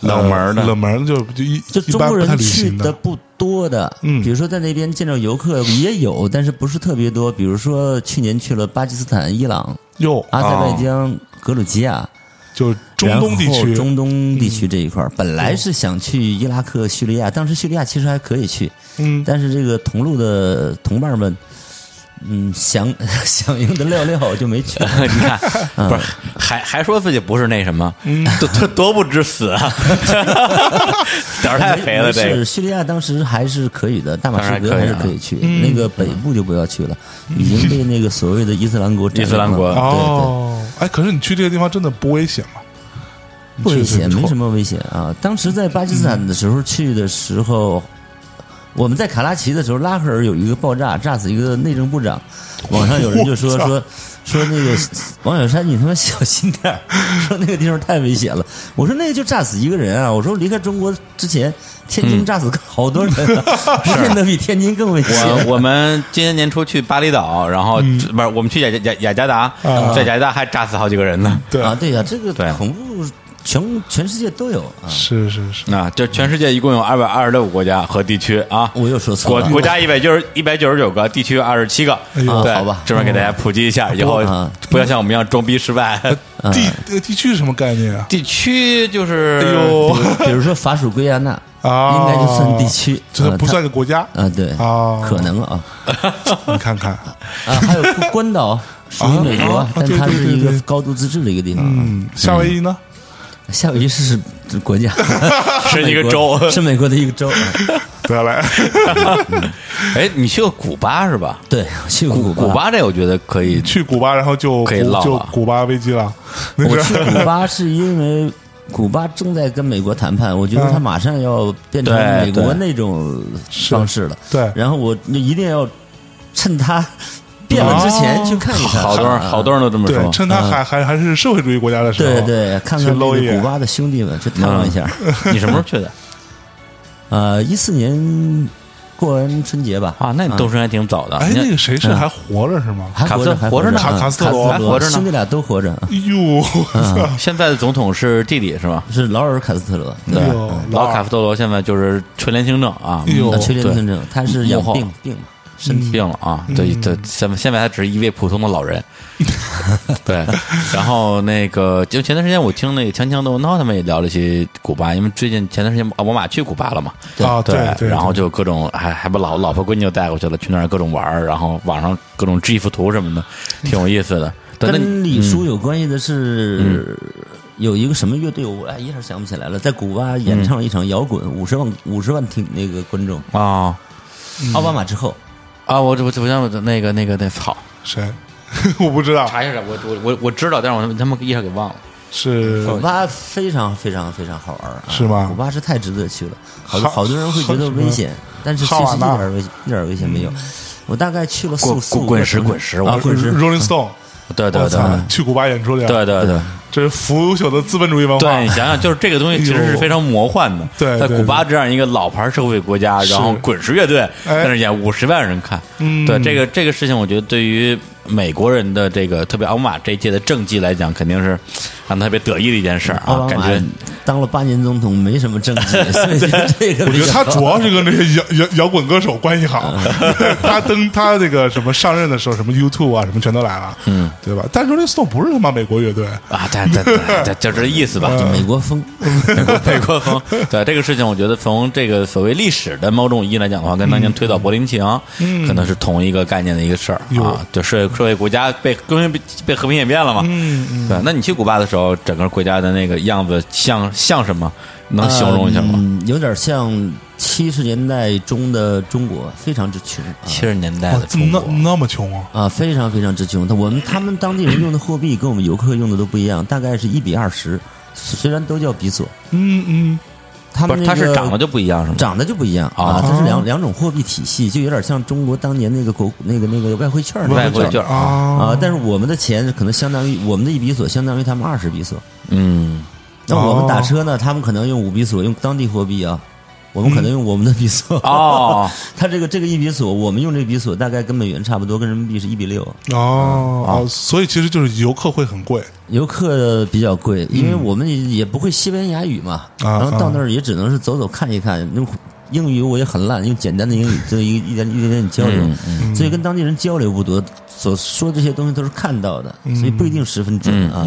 A: 呃
B: 冷门的
A: 冷门的就就一
C: 就
A: 一
C: 中
A: 般
C: 国
A: 不太
C: 人
A: 旅
C: 去
A: 行
C: 的不多的，
A: 嗯
C: 比如说在那边见到游客也有，但是不是特别多。比如说去年去了巴基斯坦、伊朗、
A: 哟，
C: 阿塞拜疆、格鲁吉亚，
A: 就是中东地
C: 然后
A: 区，嗯
C: 中东地区这一块儿，本来是想去伊拉克、叙利亚，当时叙利亚其实还可以去，
A: 嗯，
C: 但是这个同路的同伴们，嗯， 响响应的料料就没去。
B: 你 看，不是还还说自己不是那什么，多多多不知死啊，胆儿太肥了，这
C: 是
B: 个
C: 叙利亚当时还是可以的，大马士革
B: 当然可以啊
C: 还是可以去，那个北部就不要去了，已经被那个所谓的伊斯兰国占
B: 伊斯兰
C: 领了
B: 国
C: 对
A: 哦，哎，可是你去这个地方真的不危险吗？
C: 对，不危险，没什
A: 么。
C: 么危险啊。当时在巴基斯坦的时候去的时候。我们在卡拉奇的时候，拉赫尔有一个爆炸，炸死一个内政部长。网上有人 就
A: 我
C: 说
A: 操
C: 说说那个王小山，你他妈小心点儿， 说那个地方太危险了。我说那个就炸死一个人啊！我说离开中国之前，
A: 嗯
C: 天津炸死好多人、 啊，变得比天津更危险。
B: 我我们今年年初去巴厘岛，然后不是我们去雅雅雅加达，
A: 啊
B: 在雅加达还炸死好几个人呢。
A: 对
C: 啊，对呀、这个
B: 对
C: 恐怖全全世界都有啊。
A: 是是是，
B: 啊，这全世界一共有二百二十六个国家和地区啊。
C: 我又说错
B: 国
C: 了，
B: 国家一百九十一百九十九个，地区二十七个，
A: 哎呦
B: 对，
C: 啊好吧
B: 这边给大家普及一下，以后
C: 啊
B: 不要像我们一样装逼失败。
A: 地这个地区是什么概念啊？
B: 地区就是，
A: 哎呦
C: 比如说法属圭亚那
A: 啊，
C: 应该就算地区，
A: 这
C: 啊
A: 不算个国家
C: 它啊，对
A: 啊
C: 可能啊
A: 你看看，
C: 啊，还有关关岛属于美国
A: 啊，
C: 但它
A: 对对
C: 是
A: 对
C: 一个
A: 对
C: 高度自治的一个地方啊。
A: 嗯，夏威夷呢？
C: 夏威夷是是 国家，
B: 是一个
C: 美国
B: 州
C: 是美国的一个州。啊
A: 得嘞，
B: 哎，你去过古巴是吧？
C: 对，我去过
B: 古
C: 巴，
B: 巴这我觉得可以，
A: 去古巴，然后就
B: 可以
A: 古
B: 唠
A: 就
B: 了
A: 古巴危机了，那
C: 我去
A: 是
C: 古巴是因为。古巴正在跟美国谈判，我觉得
A: 啊
C: 它马上要变成
B: 对
C: 美国
B: 对
C: 那种方式了。
A: 对
C: 然后我一定要趁他变了之前去看一看。
B: 好多人好多人都这么
A: 对，
B: 说。
A: 趁他还还还是社会主义国家的时候，
C: 对对，看
A: 去
C: 看
A: 搂一
C: 这个
A: 眼
C: 古巴的兄弟们，去探望一下。
B: 嗯 你什么时候去的？
C: 呃，一四年过完春节吧。
B: 啊，那你动身还挺早的。
A: 哎，
B: 你看
A: 那个谁是还活着是吗？
C: 还活
B: 卡斯
C: 着，还活
B: 活着呢
C: 啊
A: 卡
C: 卡
A: 斯特罗
C: 斯
A: 还
B: 活着呢嗯
C: 兄弟俩都活着，
A: 哎呦，
B: 现在的总统是弟弟是吧？
C: 是劳尔·卡斯特罗，
A: 哎
C: 对，
A: 呦
B: 老
A: 二
B: 卡夫多罗现在就是垂帘听政啊，
A: 哎呦
C: 呃缺
B: 对
C: 恋听症，他是养
B: 幕后
C: 病病嘛，
B: 身体病了啊，
A: 嗯
B: 对对，现在现在他只是一位普通的 老人，对。然后那个，就前段时间我听那个锵锵的文涛他们也聊了一些古巴，因为最近前段时间奥巴马去古巴了嘛，
A: 啊，对对，
B: 然后就各种还还把老老婆闺女都带过去了，去那儿各种玩儿，然后网上各种 GIF 图什么的，挺有意思的。但那嗯
C: 跟李叔有关系的是，有一个什么乐队，我哎一下想不起来了，在古巴演唱了一场摇滚，五十万五十万听那个观众，
B: 啊
C: 奥巴马之后，
B: 啊，我我我想我那个那个那操，
A: 谁？ 我不知道，
B: 查一下，我我我我知道，但是我他妈一下给忘了。
A: 是
C: 古巴非常非常非常好玩啊，
A: 是吗
C: 古巴是太值得去了，好
A: 哈
C: 多好多人会觉得危险，但是其
A: 哈瓦
C: 实
A: 啊
C: 一
A: 那嗯
C: 点儿危一点儿危险没有。我大概去了四
B: 滚
C: 五四五个
B: 滚石
C: 城市
B: 滚石
C: 啊，
B: 我
C: 滚石
A: Rolling Stone，
B: 对对
A: 我
B: 对
A: 操，去古巴演出去，
B: 对，对对。
A: 这是腐朽的资本主义文化，
B: 对你想想，就是这个东西其实是非常魔幻
A: 哎
B: 的。
A: 哎呦对
B: 在
A: 对
B: 古巴这样一个老牌社会国家，然后滚石乐队
A: 哎
B: 在那演五十万人看，
A: 嗯
B: 对这个这个事情，我觉得对于美国人的这个特别奥巴马这一届的政绩来讲，肯定是让他特别得意的一件事儿啊
C: 奥，巴
B: 感
C: 马
B: 觉
C: 当了八年总统没什么政 绩，所以这个
A: 我
C: 比
A: 觉得
C: 较
A: 他主要是跟这些摇摇摇滚歌手关系好。 他登他这个什么上任的时候，什么 YouTube 啊，什么全都来了，嗯，对吧？但是 Rolling Stone 不是他妈美国乐队，
B: 啊，对对对，对就这意思吧，就
A: 呃
C: 美国风。
A: 嗯
B: 美国 风。对这个事情，我觉得从这个所谓历史的某种意义来讲的话，跟当年推倒柏林墙，
C: 嗯
B: 可能是同一个概念的一个事儿
A: 哟
B: 啊。就社会社会国家被革命被被和平演变了嘛。嗯对，那你去古巴的时候，整个国家的那个样子像像什么？能形容一下吗？
C: 嗯，有点像七十年代中的中国，非常之穷啊
B: 七十年代
A: 哇
B: 的，
A: 哦怎么
B: 中
A: 那
B: 国，
A: 那么穷啊？
C: 啊，非常非常之穷。他我们他们当地人用的货币跟我们游客用的都不一样，大概是一比二十，虽然都叫比索，
A: 嗯嗯，
C: 他
B: 不
C: 们
B: 是
C: 那
B: 它
C: 个
B: 是长得就不一样，是吗？
C: 长得就不一样
B: 啊
C: 啊，它是两两种货币体系，就有点像中国当年那个国那个那个外汇券儿那
B: 外
C: 个
B: 国
C: 券
B: 劲
C: 儿
B: 儿啊，
A: 哦
C: 啊，但是我们的钱可能相当于我们的一比索相当于他们二十比索。
B: 嗯，
C: 那
A: 哦
C: 我们打车呢，他们可能用五比索，用当地货币啊，我们可能用我们的比索。
B: 哦，
C: 他这个这个一比索，我们用这比索大概跟美元差不多，跟人民币是一比六。
A: 哦哦，所以其实就是游客会很贵，
C: 游客比较贵，因为我们也也不会西班牙语嘛，
A: 嗯啊
C: 然后到那儿也只能是走走看一看。那英语我也很烂，用简单的英语就一一点一点点交流，
A: 嗯
C: 所以跟当地人交流不多，所说这些东西都是看到的，
A: 嗯
C: 所以不一定十分准啊。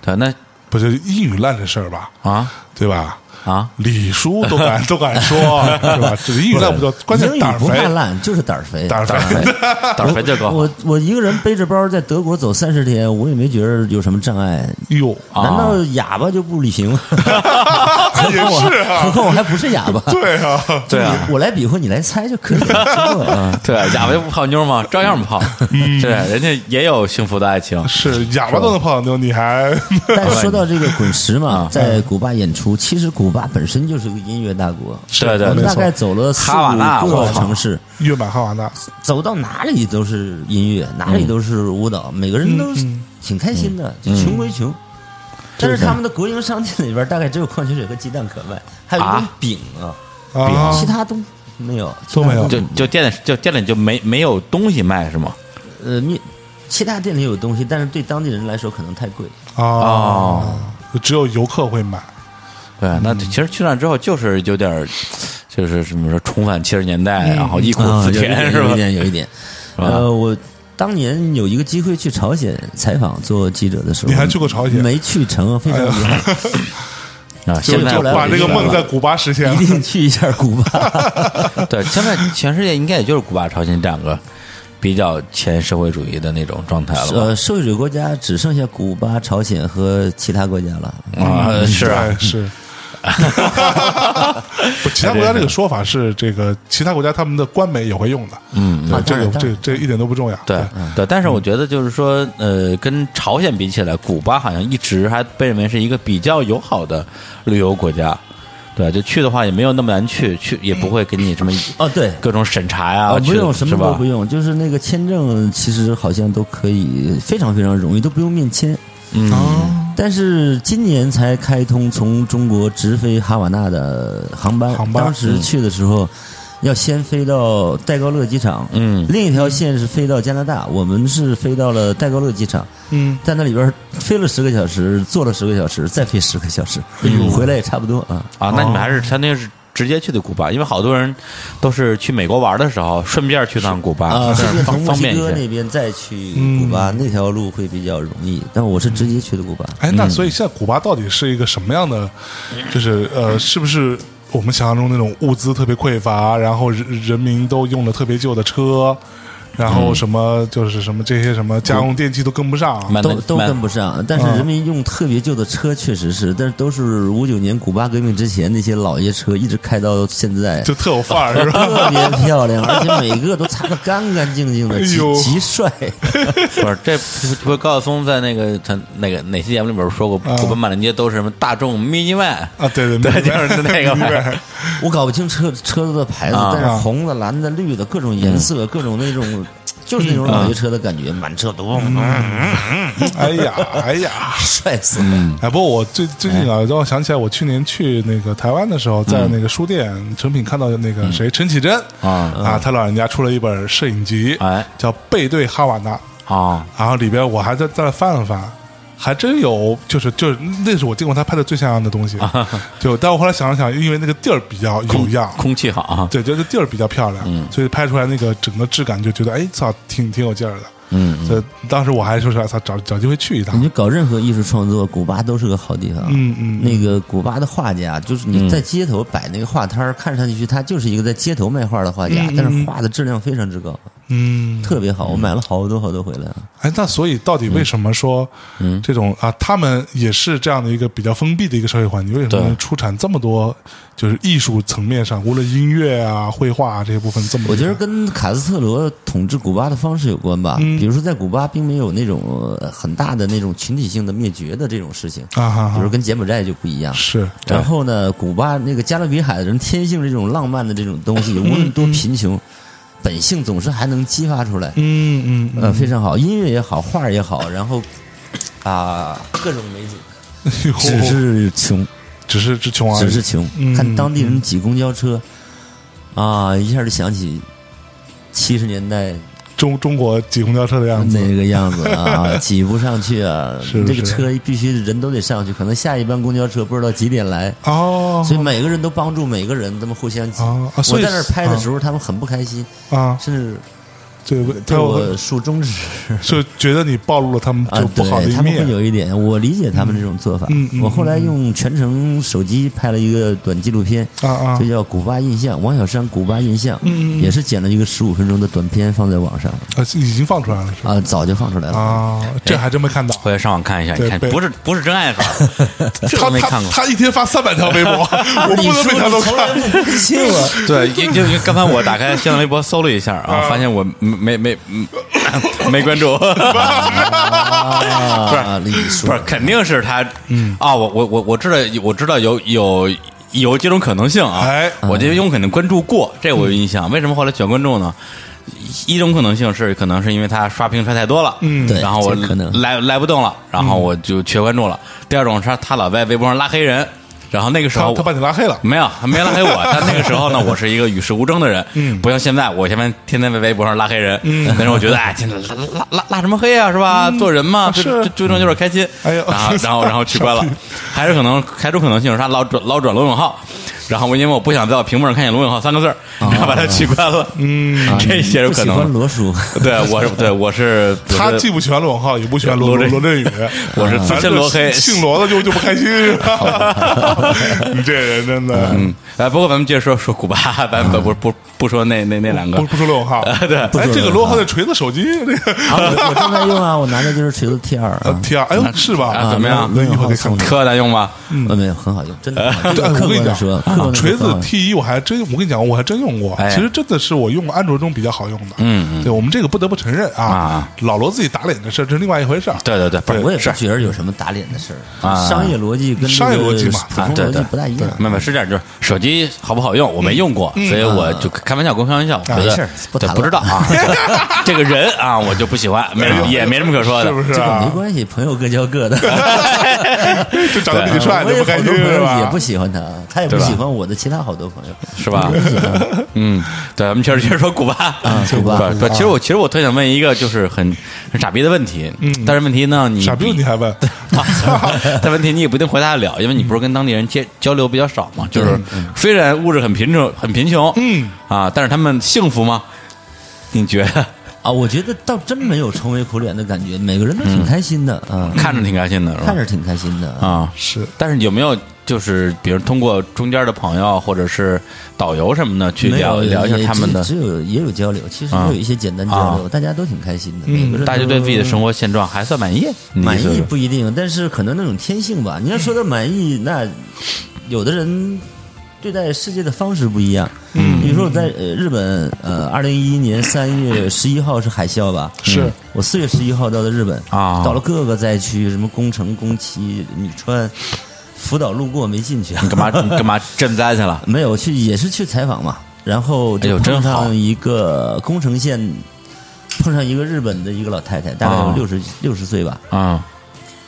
B: 对，那
A: 不是英语烂这事儿吧？
B: 啊
A: 对吧？
B: 啊，
A: 李叔都敢都敢说，啊是吧？这英语烂不叫，关键
C: 英语
A: 胆儿
C: 不
A: 肥
C: 怕，烂，就是胆儿肥。
A: 胆儿肥。
B: 胆儿肥就高
C: 我我一个人背着包在德国走三十天，我也没觉得有什么障碍。
A: 哟，
B: 啊
C: 难道哑巴就不旅行吗？何况我
A: 也是啊
C: 何况我还不是哑巴。
A: 对啊，
B: 对啊。
C: 我来比划，你来猜就 可以了。行了啊
B: 对，哑巴就不泡妞嘛，照样泡。
C: 嗯
B: 对，人家也有幸福的爱情。
A: 是哑巴都能泡到妞，你还
C: 但说到这个滚石嘛，
B: 嗯
C: 在古巴演出，其实古巴本身就是个音乐大国。
B: 对对
C: 我
B: 对
C: 们，大概走了四
B: 哈瓦那
C: 五
B: 我
C: 个
B: 靠
C: 城市，
A: 月满哈瓦那？
C: 走到哪里都是音乐，哪里都是舞
B: 嗯
C: 蹈，每个人都是挺开心的，就穷归穷。但是他们的国营商店里边大概只有矿泉水和鸡蛋可卖，还有一种
B: 啊哦
C: 饼啊，
A: 啊，
C: 其他都没有，
A: 都没有
B: 就就店里就店里就没没有东西卖是吗？
C: 呃，面其他店里有东西，但是对当地人来说可能太贵。
A: 啊
B: 哦，
A: 只有游客会买。
B: 对，那其实去那之后就是有点儿，就是怎么说重返七十年代，然后忆苦思甜是
C: 嗯啊有一
B: 吧？
C: 点，有一点。
B: 吧
C: 呃，我当年有一个机会去朝鲜采访做记者的时候，
A: 你还去过朝鲜哎
C: 没去成，非常遗憾。
A: 就
B: 啊，现在
A: 就把这个梦在
B: 在
A: 古巴实现了
C: 一。定去一下古 巴。
B: 对，现在全世界应该也就是古巴、朝鲜这两个比较前社会主义的那种状态了吧。
C: 呃，社会主义国家只剩下古巴、朝鲜和其他国家了。嗯
B: 啊，是啊
A: 对，是。不，其他国家这个说法是这个，其他国家他们的官媒也会用的。嗯，对，
C: 啊
A: 这
C: 当
A: 个
C: 然
A: 这这一点都不重要。
B: 对
C: 嗯
B: 对，但是我觉得就是说，呃，跟朝鲜比起来，古巴好像一直还被认为是一个比较友好的旅游国家。对，就去的话也没有那么难去，去也不会给你什么
C: 哦，对，
B: 各种审查呀、
C: 啊，
B: 去
C: 不用什么
B: 是
C: 都
B: 吧
C: 不？用，就是那个签证，其实好像都可以，非常非常容易，都不用面签。
B: 嗯
C: 哦
A: 啊，
C: 但是今年才开通从中国直飞哈瓦那的航班，
A: 航班
C: 当时
B: 嗯
C: 去的时候。要先飞到戴高乐机场，
B: 嗯
C: 另一条线是飞到加拿大，我们是飞到了戴高乐机场，
A: 嗯，
C: 在那里边飞了十个小时，坐了十个小时，再飞十个小时，
B: 哎
C: 回来也差不多啊。
B: 啊，那你们还是相当于是直接去的古巴，因为好多人都是去美国玩的时候顺便去趟古巴，
C: 啊，
B: 这
C: 顺
B: 样
C: 便嗯从
B: 方
C: 墨
B: 方
C: 西
B: 便一
C: 哥
B: 些。
C: 那边再去古巴，那条路会比较容易。但我是直接去的古巴，
A: 哎，那所以现在古巴到底是一个什么样的？就是呃，是不是我们想象中那种物资特别匮乏，然后人人民都用的特别旧的车，然后什么就是什么这些什么家用电器都跟不上，
B: 蛮
C: 都
B: 蛮
C: 都跟不上。但是人民用特别旧的车确实是，但是都是五九年古巴革命之前那些老爷车，一直开到现在。
A: 就特有范儿，是吧？
C: 特别漂亮，而且每个都擦得干干净净的，
A: 哎
C: 极
A: 呦
C: 极帅。
B: 不是这不是高晓松在那个他那个哪期节目里边说过，
A: 啊
B: 古巴满大街都是什么大众 mini van
A: 啊，对对
B: 对
A: 对，
B: 就是 那个玩意儿
C: 我搞不清车车子的牌子，
B: 啊
C: 但是红的、蓝的、绿的，各种颜色，各种那种，就是那种老爷车的感觉，满车都
A: 哎呀，哎 呀。
C: 帅死了。
A: 哎，不过我最最近
B: 哎
A: 啊，让我想起来，我去年去那个台湾的时候，在那个书店成品看到那个谁陈绮贞
B: 嗯啊
A: 啊，他老人家出了一本摄影集，
B: 哎
A: 叫《背对哈瓦那》，
B: 啊，
A: 然后里边我还在在那翻了翻，还真有，就是就是那是我见过他拍的最像样的东西。
B: 啊
A: 就但我后来想了想，因为那个地儿比较有
B: 空
A: 样，
B: 空气好啊，
A: 对，就是地儿比较漂亮，
C: 嗯
A: 所以拍出来那个整个质感就觉得，哎，操，挺挺有劲儿的。嗯，所以当时我还说是，哎操，找找机会去一趟
C: 你。就搞任何艺术创作，古巴都是个好地方。
A: 嗯嗯
C: 那个古巴的画家，啊就是你在街头摆那个画摊儿，看上去他就是一个在街头卖画的画家，但是画的质量非常之高，
A: 嗯，
C: 特别好。我买了好多好多回来啊。
A: 哎，那所以到底为什么说，
C: 嗯
A: 这种啊，他们也是这样的一个比较封闭的一个社会环境，为什么
B: 对
A: 能出产这么多就是艺术层面上，无论音乐啊、绘画啊这些部分这么多？
C: 我觉得跟卡斯特罗统治古巴的方式有关吧。
A: 嗯
C: 比如说，在古巴并没有那种呃很大的那种群体性的灭绝的这种事情，
A: 啊哈
C: 比如
A: 哈，
C: 跟柬埔寨就不一样。
A: 是
C: 然后呢，古巴那个加勒比海的人天性这种浪漫的这种东西，无论多贫穷，本性总是还能激发出来。
A: 嗯嗯嗯，
C: 呃，非常好，音乐也好，画儿也好，然后啊，各种美景，
A: 哎呦
C: 只是穷，
A: 只是只穷而已，
C: 只是穷。
A: 嗯
C: 看当地人挤公交车，啊，一下就想起七十年代
A: 中中国挤公交车的样子。
C: 那个样子啊， 挤不上去啊，
A: 是
C: 这个
A: 是
C: 车必须人都得上去，可能下一班公交车不知道几点来。
A: 哦
C: 所以每个人都帮助每个人，他们互相挤。
A: 啊啊所
C: 我
A: 以
C: 在那儿拍的时候，他们很不开心，
A: 啊，
C: 甚至
A: 对，
C: 对
A: 他
C: 我
A: 会
C: 竖中指。
A: 就觉得你暴露了他们
C: 啊
A: 就，不好的
C: 对，
A: 一
C: 他们
A: 面
C: 会。有一点，我理解他们这种做法。
A: 嗯嗯嗯
C: 我后来用全程手机拍了一个短纪录片，
A: 啊啊嗯
C: 就叫《古巴印象》，王小山《古巴印象》，也是剪了一个十五分钟的短片放在网上，
A: 啊，是已经放出来了是吧？
C: 啊，早就放出来了。
A: 啊，
B: 哎
A: 这还真没看到。
B: 回来上网看一下，
A: 对
B: 你看
A: 被
B: 不是不是真爱 粉，这
A: 他
B: 都没
A: 他
B: 看过。
A: 他一天发三百条 微博，我不能每条都看。
C: 不信我，
B: 对，因就因为刚才我打开新浪微博搜了一下啊，发现我没没没 没关注，
C: 啊，李叔
B: 不是，肯定是他，嗯啊，我我我我知道，我知道有有有几种可能性啊，
A: 哎嗯
B: 我觉得有可能关注过，这我有印象。为什么后来选关注呢？一一种可能性是，可能是因为他刷屏刷太多了，嗯
C: 对
B: 然后我
C: 这可能
B: 来来不动了，然
A: 嗯
B: 后我就缺关注了。第二种是他老在微博上拉黑人，然后那个时候
A: 他
B: 啊我
A: 他把你拉黑了
B: 没有，他没拉黑我。但那个时候呢，我是一个与世无争的人，嗯，不像现在，我现在天天在微博上拉黑人，嗯，但是我觉得，哎，天哪拉拉拉拉什么黑啊，是吧？做人嘛，最
A: 是
B: 最最重要就是开心。
A: 哎呦
B: 然后然后然后取关了，还是可能开出可能性是他老转老转罗永浩，然后我因为我不想在我屏幕上看见罗永浩三个字儿，然后把他取关了，嗯， 这也是
C: 不
B: 可
C: 喜欢
B: 能。
C: 罗叔，啊
B: 对，我是对我是
A: 他
B: 我是
A: 既不喜欢罗永浩，也不喜欢罗
B: 罗
A: 罗
B: 振啊
A: 罗振宇，
B: 我是资
A: 咱
B: 深
A: 这
B: 罗黑，
A: 姓罗的就就不开心 是吧？你 这人真的
B: 嗯，哎，不过咱们接着说说古巴，咱不不不不说那那那两个啊
A: 不，不说罗永浩，
B: 对，
A: 哎，这个罗永浩的锤子手机这个
C: 啊我我正在用啊，我拿的就是锤子 T 二啊，
A: 天啊，哎呦是吧
B: 啊？怎么样
A: 那以后得看
C: 送
A: 看
C: 的。
B: 特大用吗？
C: 呃，没有，很好用，真的很好用。
A: 对哎我
C: 客
A: 跟你
C: 观的
A: 讲
C: 说，客道那个
A: 锤子
C: 方案
A: T 一我还真，我跟你讲，我还真用过，
B: 哎
A: 其实真的是我用过安卓中比较好用的。
B: 嗯，
A: 对我们这个不得不承认啊
B: 啊，
A: 老罗自己打脸的事儿这是另外一回事儿。
B: 对对对，不
C: 我也不
B: 是
C: 觉得有什么打脸的事儿
B: 啊
C: 商业逻辑跟这
A: 商业
C: 个
A: 逻辑嘛
C: 普通
B: 啊对
C: 逻辑
B: 对
C: 不大一样。
B: 没有没有是这样，就是手机好不好用，我没用过，所以我就开玩笑归开玩笑，我觉
C: 没
B: 得
C: 事儿不
B: 对
C: 谈
B: 不
C: 了
B: 知道啊，这个人啊，我就不喜欢，没人也没什么可说的，
A: 是不是
C: 这个没
A: 啊？
C: 关系，朋友各 交各的。
A: 就长得比你帅
C: 啊我
A: 就不
C: 有
A: 开
C: 好
A: 心
C: 多朋
A: 是
C: 友也
A: 吧
C: 不？喜欢他，他也不
B: 对吧
C: 喜欢我的其他好多朋友。
B: 是吧？嗯，对，我们接着接着说古巴啊
C: 古巴
B: 不，其实我其实我特想问一个就是很很傻逼的问题，嗯，但是问题呢，你
A: 傻逼你还问？
B: 但问题你也不一 定回答得了，因为你不是跟当地人接交流比较少嘛。就是虽然物质很贫穷，很贫穷，
A: 嗯
B: 啊，但是他们幸福吗？你觉得
C: 啊，我觉得倒真没有愁眉苦脸的感觉，每个人都挺开心的啊，
B: 嗯看着挺开心的，是吧
C: 看着挺开心的。
B: 啊。
A: 是
B: 但是有没有就是，比如通过中间的朋友或者是导游什么的去
C: 没
B: 聊
C: 有
B: 聊一下
C: 也
B: 他们的啊
C: 只只有也有交流，其实也有一些简单交流，大家都挺开心的。每个
B: 嗯
C: 人
B: 大家
C: 都
B: 对自己的生活现状还算满意，你的
C: 满
B: 意思
C: 意
B: 是
C: 不一定，但是可能那种天性吧。你要说到 满意，那有的人对待世界的方式不一样。嗯，比如说我在呃日本，呃，二零一一年三月十一号是海啸吧？
A: 是
C: 嗯我四月十一号到的日本
B: 啊
C: 到了各个灾区，什么宫城、宫崎、米川、福岛，路过没进去啊。
B: 干 嘛你干嘛赈灾去了？
C: 没有去，也是去采访嘛。然后
B: 哎
C: 就
B: 呦真
C: 碰
B: 好
C: 上一个宫城县，碰上一个日本的一个老太太，大概有
B: 啊
C: 六十六十岁吧，
B: 啊，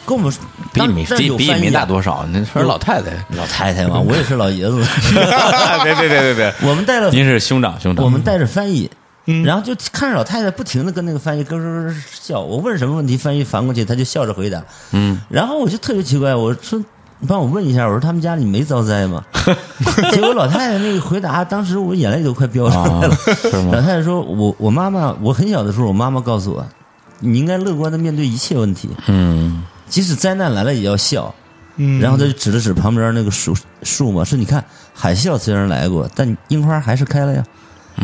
C: 跟我们
B: 比你
C: 嗯当
B: 没
C: 但是
B: 比
C: 有
B: 比你
C: 翻译
B: 没
C: 啊
B: 大多少，您是老 太太。
C: 老太太嘛，我也是老爷子。
B: 别别别别别，
C: 我们带了，
B: 您是兄长兄长，
C: 我们带着翻译，然后就看着老太太不停的跟那个翻译咯咯咯咯笑。我问什么问题，翻译翻过去，她就笑着回答。嗯，然后我就特别奇怪，我说。你帮我问一下，我说他们家里没遭灾 吗？结果老太太那个回答，当时我眼泪都快飙出
B: 啊
C: 来了。老太太说：“我我妈妈，我很小的时候，我妈妈告诉我，你应该乐观的面对一切问题，
B: 嗯
C: 即使灾难来了也要笑。”
A: 嗯，
C: 然后他就指了指旁边那个树树嘛，说：“你看，海啸虽然来过，但樱花还是开了呀。”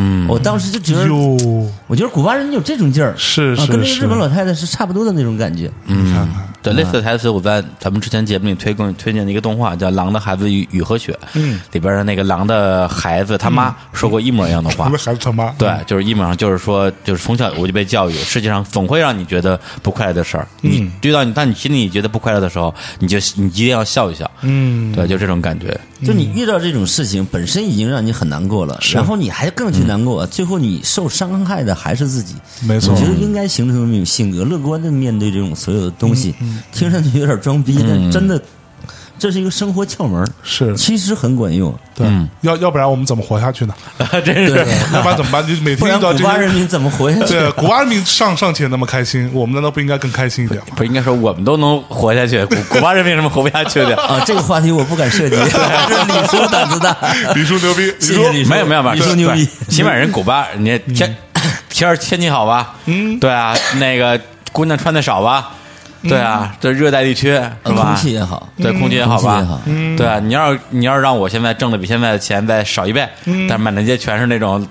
B: 嗯，
C: 我当时就觉得，
A: 哟，
C: 我觉得古巴人有这种劲儿，
A: 是
C: 啊，
A: 是
C: 跟那个
A: 是嗯
C: 日本老太太是差不多的那种感觉。
A: 你
C: 嗯
A: 看看，
B: 对，类似的台词我在咱们之前节目里推过推荐的一个动画叫《狼的孩子与雨和雪》，
A: 嗯，
B: 里边的那个狼的孩子他
C: 嗯
B: 妈说过一模一样的话
A: 我们，孩子他妈，
B: 对，就是一模上，就是说，就是从小我就被教育，世界上总会让你觉得不快乐的事儿。
C: 嗯
B: 你遇到你，当你心里觉得不快乐的时候，你就你一定要笑一笑。
A: 嗯，
B: 对，就这种 感觉。
C: 就你遇到这种事情，本身已经让你很难过了，然后你还更去难过，啊最后你受伤害的还是自己。
A: 嗯没错
C: 我觉得应该形成这种性格，乐观的面对这种所有的东西。
A: 嗯
C: 听上去有点装逼，但真的，这是一个生活窍门儿，
A: 是
C: 其实很管用。
A: 对，
C: 嗯
A: 要要不然我们怎么活下去呢？
B: 真是
A: 要不然怎么办？ 就每
C: 不
A: 天
C: 然
A: 遇到
C: 古
A: 这
C: 巴人
A: 些，
C: 民怎么活下去？
A: 对，古巴人民尚尚且那么开心，我们难道不应该更开心一点吗？
B: 不是应该说我们都能活下去，古古巴人为什么活不下去的？
C: 啊，这个话题我不敢 涉及，还是李叔胆子大。
A: 李叔牛逼，
C: 谢
A: 李
C: 谢
A: 叔
C: 李叔，
B: 没有没有没有，
C: 李叔牛逼嗯
B: 对。起码人古巴人家天 天儿天气好吧？嗯，对啊，那个姑娘穿的少吧？
C: 嗯
B: 对啊，这热带地区是
C: 呃空
B: 吧？
C: 气也好，
B: 对，空气也好
C: 空气
B: 吧
C: 也好？
B: 对啊，你要你要让我现在挣的比现在的钱再少一倍，
C: 嗯
B: 但是满大街全是那种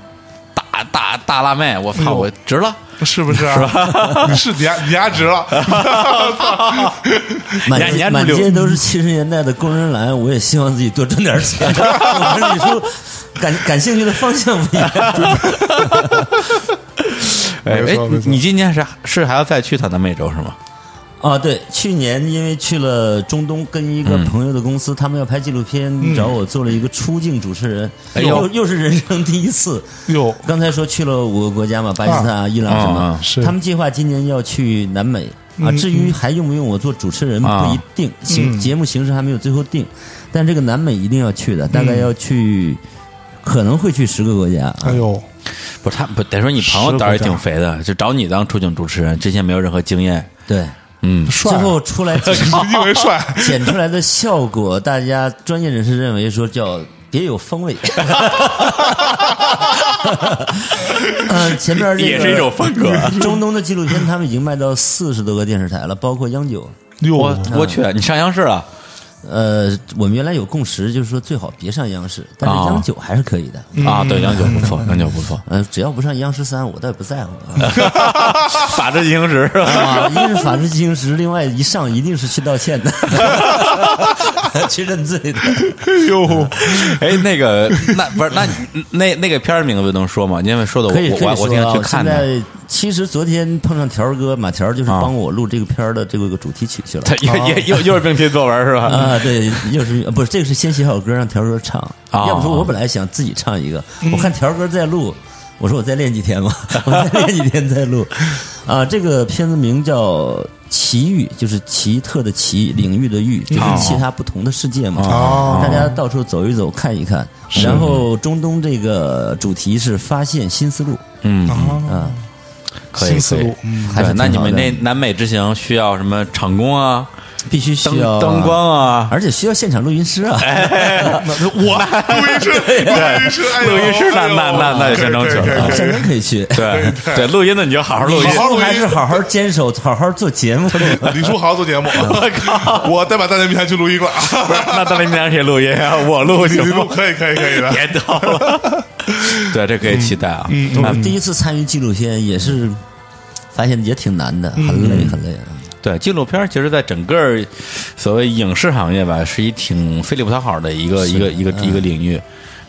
B: 大大大辣妹，我操，我值 了。
A: 是不是啊？你是你压你压值了，
C: 满
B: 你
C: 街
B: 还
C: 满
B: 留
C: 街都是七十年代的工人蓝，我也希望自己多挣点 钱。我跟李叔感感兴趣的方向不一样，
B: 哎
A: 没
B: 哎
A: 错没，错
B: 你今年是是还要再去趟南美洲是吗？
C: 啊，对，去年因为去了中东，跟一
B: 嗯
C: 个朋友的公司，他们要拍纪录片，找我做了一个出境主持人，
B: 哎呦
C: 又又是人生第一次。
A: 哟，
C: 刚才说去了五个国家嘛，巴基斯坦、伊朗什么，
B: 啊啊嗯
A: 是
C: 他们计划今年要去南美啊。至于还用不用我做主持人
B: 啊
C: 不一定，形节目形式还没有最后定，但这个南美一定要去
B: 嗯
C: 的，大概要去，可能会去十个国家
A: 哎
B: 呃
C: 啊。
A: 呦，
B: 不是他不得说你朋
A: 十个
B: 友胆儿也
A: 国家
B: 挺肥的，就找你当出镜主持人，之前没有任何经 验。
C: 对，
B: 嗯，
A: 帅
C: 最
A: 啊，
C: 后 出来
A: 因为帅，
C: 剪出来的效果，大家专业人士认为说叫别有风 味。嗯，前面这 个
B: 也是一种风 格。
C: 中东的纪录片，他们已经卖到四十多个电视台了，包括央九。
A: 哟啊
B: 我，我去，你上央视了？
C: 呃，我们原来有共识，就是说最好别上央视，但是
B: 哦
C: 央九还是可以的。，
B: 啊，对，央九不错，央九不错
C: 呃，只要不上央视三，我倒也不在乎。
B: 法制进行时是吧？
C: 啊，一是法制进行时，另外一上一定是去道歉的。去认罪的。
A: 哎呦，
B: 哎，那个，那不是那你那那个片儿名字能说吗？因为说的我
C: 可以
B: 我
C: 可以
B: 我
C: 说
B: 我挺
C: 啊
B: 想去
C: 我
B: 看
C: 现
B: 的。
C: 在其实昨天碰上条儿哥，马条儿就是
B: 啊
C: 帮我录这个片儿的这个主题曲去了。
B: 他又又又又是命题作文是吧？嗯
C: 啊，对，又是不是这个是先写好歌让条儿哥唱，
B: 啊
C: 要不说我本来想自己唱一个，我看条儿哥在录，我说我再练几天吧，我再练几天再录。啊，这个片子名叫《奇遇》，就是奇特的奇，领域的域，就是
B: 哦
C: 其他不同的世界嘛。
A: 哦
C: 大家到处走一走，看一看。然后中东这个主题是发现新思路，
B: 嗯，
A: 啊，
B: 可以
A: 新思
B: 可以
A: 路， 嗯，
C: 还是
B: 对，那
C: 挺
B: 你
C: 好
B: 们
C: 的
B: 那南美之行需要什么场工啊、
C: 必须
B: 灯
C: 需要啊
B: 灯光，哎啊？
C: 而且需要现场录音师啊。
A: 我录音师，录音师，啊哎呦
B: 啊录音师那
A: 哎呦
B: 那那那就相当
A: 可以
B: 久
A: 可以可以
B: 了
C: 啊，现场可以去。
B: 对对，录音的你就好好录 音
A: 好。好录音
C: 还是 好好坚守，好好做节 目。
A: 李叔好好做节目，我靠，我再把大内密谈去录音了，
B: 不是 那大林平谁录音啊？我录
A: 你
B: 行
A: 录
B: 吗？
A: 可以可以可以的，
B: 别逗 了。对，这可以期待啊。嗯
C: 我第一次参与纪录片也是，发现也挺难的，很累很累啊。
B: 对，纪录片儿其实，在整个儿所谓影视行业吧，是一挺费力不讨好的一个一个一个一个领域。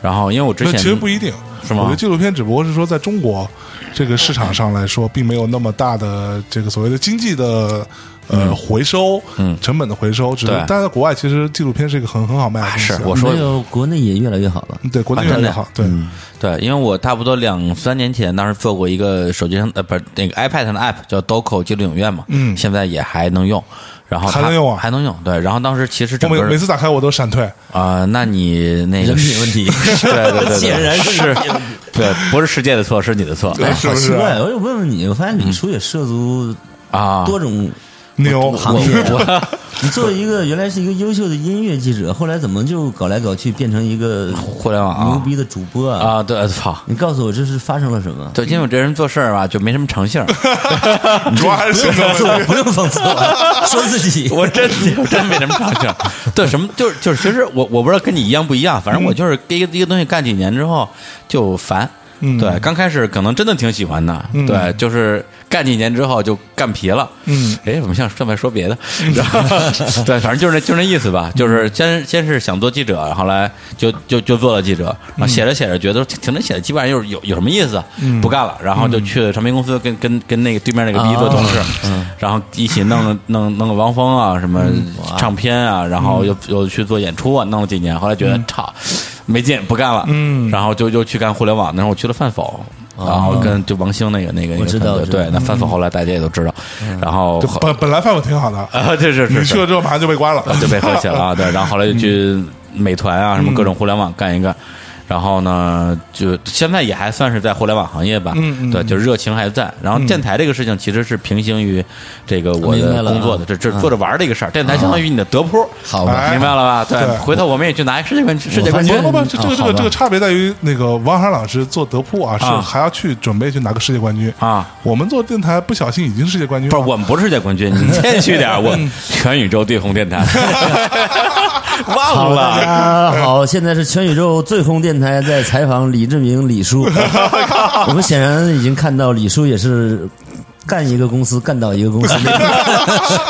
B: 然后，因为我之
A: 嗯那
B: 前
A: 其实不一定，
B: 是吗
A: 我觉得纪录片只不过是说，在中国这个市场上来说，并没有那么大的这个所谓的经济的呃回收，
B: 嗯
A: 成本的回收。只是
B: 对啊
A: 但在国外，其实纪录片是一个很很好卖的东西。啊
B: 是我说
C: 没有国内也越来越好了。
A: 嗯对国内
B: 啊
A: 越来
B: 真
A: 越
B: 的
A: 好，嗯对，
B: 对，因为我差不多两三年前，当时做过一个手机上呃，不是那个 iPad 上的 app 叫 Doco 记录影院嘛，
A: 嗯
B: 现在也还能用。然后它
A: 还能用啊
B: 还能用。对，然后当时其实
A: 我
B: 整
A: 每
B: 个
A: 每次打开我都闪退，
B: 啊、那你那个
C: 人品问题
B: 对对对对，
C: 显然是
B: 是，对，不是世界的错，是你的错
A: 对
C: 哎，
A: 是啊
C: 好
A: 不
C: 奇
A: 是
C: 怪！我有问问你，我发现李叔也涉足
B: 啊。
C: 多种
A: 牛
C: 行业。 我你作为一个原来是一个优秀的音乐记者，后来怎么就搞来搞去变成一个
B: 互联网啊
C: 牛逼的主播啊？
B: 啊，对，操，
C: 你告诉我这是发生了什么？
B: 对，因为我这人做事儿吧，就没什么诚信儿。
A: 主要还是
C: 不
A: 行
C: 用讽刺
A: 动
C: 我，不用讽刺我，说自己。
B: 我真 我真没什么长性。对，什么就是就是，其实我我不知道跟你一样不一样，反正我就是一个一个东西干几年之后就烦。
A: 嗯
B: 对，刚开始可能真的挺喜欢的，
A: 嗯
B: 对，就是干几年之后就干皮了。
A: 嗯，
B: 哎，我们像正在说别的， 然后对，反正就是那就是那意思吧，就是先先是想做记者，然后来就就就做了记者，然后
C: 嗯
B: 写着写着觉得挺着写的，基本上就是有有什么意思，不干了，然后就
C: 嗯
B: 去了唱片公司跟跟跟那个对面那个逼
C: 哦
B: 做同事，然后一起弄 了弄弄个王峰啊什么
C: 嗯
B: 唱片啊，然后又又去做演出啊，弄了几年，后来觉
C: 嗯
B: 得操没劲，不干了，
A: 嗯
B: 然后就又去干互联网，然后我去了饭否。然后跟就王兴那个那个那个
C: 哦我知道
B: 团队
C: 我知道嗯
B: 对，那饭否后来大家也都知道，然后
A: 就
B: 后
A: 本本来饭否挺好的，
B: 啊，这是
A: 你
B: 是
A: 去了
B: 是，
A: 之后马上就被关了，
B: 就被和谐了啊。对，然后后来就去美团啊，什么各种互联网干一干。然后呢，就现在也还算是在互联网行业吧，
A: 嗯嗯
B: 对，就热情还在。然后电台这个事情其实是平行于这个我
C: 明
B: 的
C: 白了啊嗯
B: 工作的，这这做着玩儿的一个事儿。电台相当于你的德扑，
C: 好吧
A: 哎
B: 明白了吧？对
A: 对，
B: 回头我们也去拿世界冠世界
C: 我
B: 冠
C: 发
B: 军
C: 现
A: 不不不，这这个
C: 啊
A: 这
C: 好
A: 个
C: 吧
A: 这个差别在于，那个王涵老师做德扑啊，是
B: 啊
A: 还要去准备去拿个世界冠军
B: 啊。
A: 我们做电台不小心已经世界冠军
B: 不
A: 了，
B: 是，我们不是世界冠军，你谦虚点儿，我全宇宙最红电台，忘
C: 好，大
B: 了。
C: 家好，现在是全宇宙最红电台在采访李志明 李叔，我们显然已经看到李叔也是干一个公司干倒一 个公司，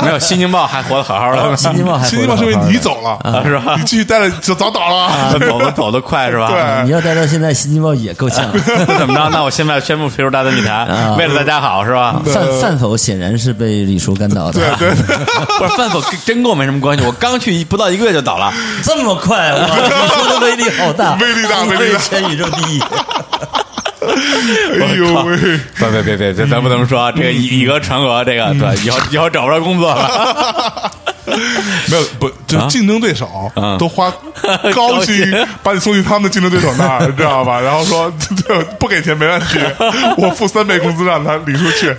B: 没有，新京报还活得好好的，
C: 新京报还活
A: 新
C: 得
A: 京报是因为
C: 好好的
A: 你走了，
B: 啊是吧啊
A: 你继续待着就早倒 了。
B: 我们走得快是吧？
A: 对
C: 你要待到现在，新京报也够呛。
B: 怎么着？那我现在宣布皮球大的密谈，为了大家好是吧？
C: 范范否显然是被李叔干倒的，
A: 对，
B: 不是饭否跟真跟我没什么关系，我刚去一不到一个月就倒了。
C: 这么 快，哇，李叔的威力好大，
A: 威力大
C: 你
A: 威力大
C: 是全宇宙第一。
A: 哎呦
B: 靠
A: 喂，
B: 别别别别，这咱不能说啊这个以以讹传讹，这个对，以后以后找不着工作了。
A: 没有不，就竞争对手
B: 啊
A: 都花高薪
B: 高薪
A: 把你送去他们的竞争对手那儿，你知道吧？然后说 这不给钱没问题，我付三倍工资让他理出 去，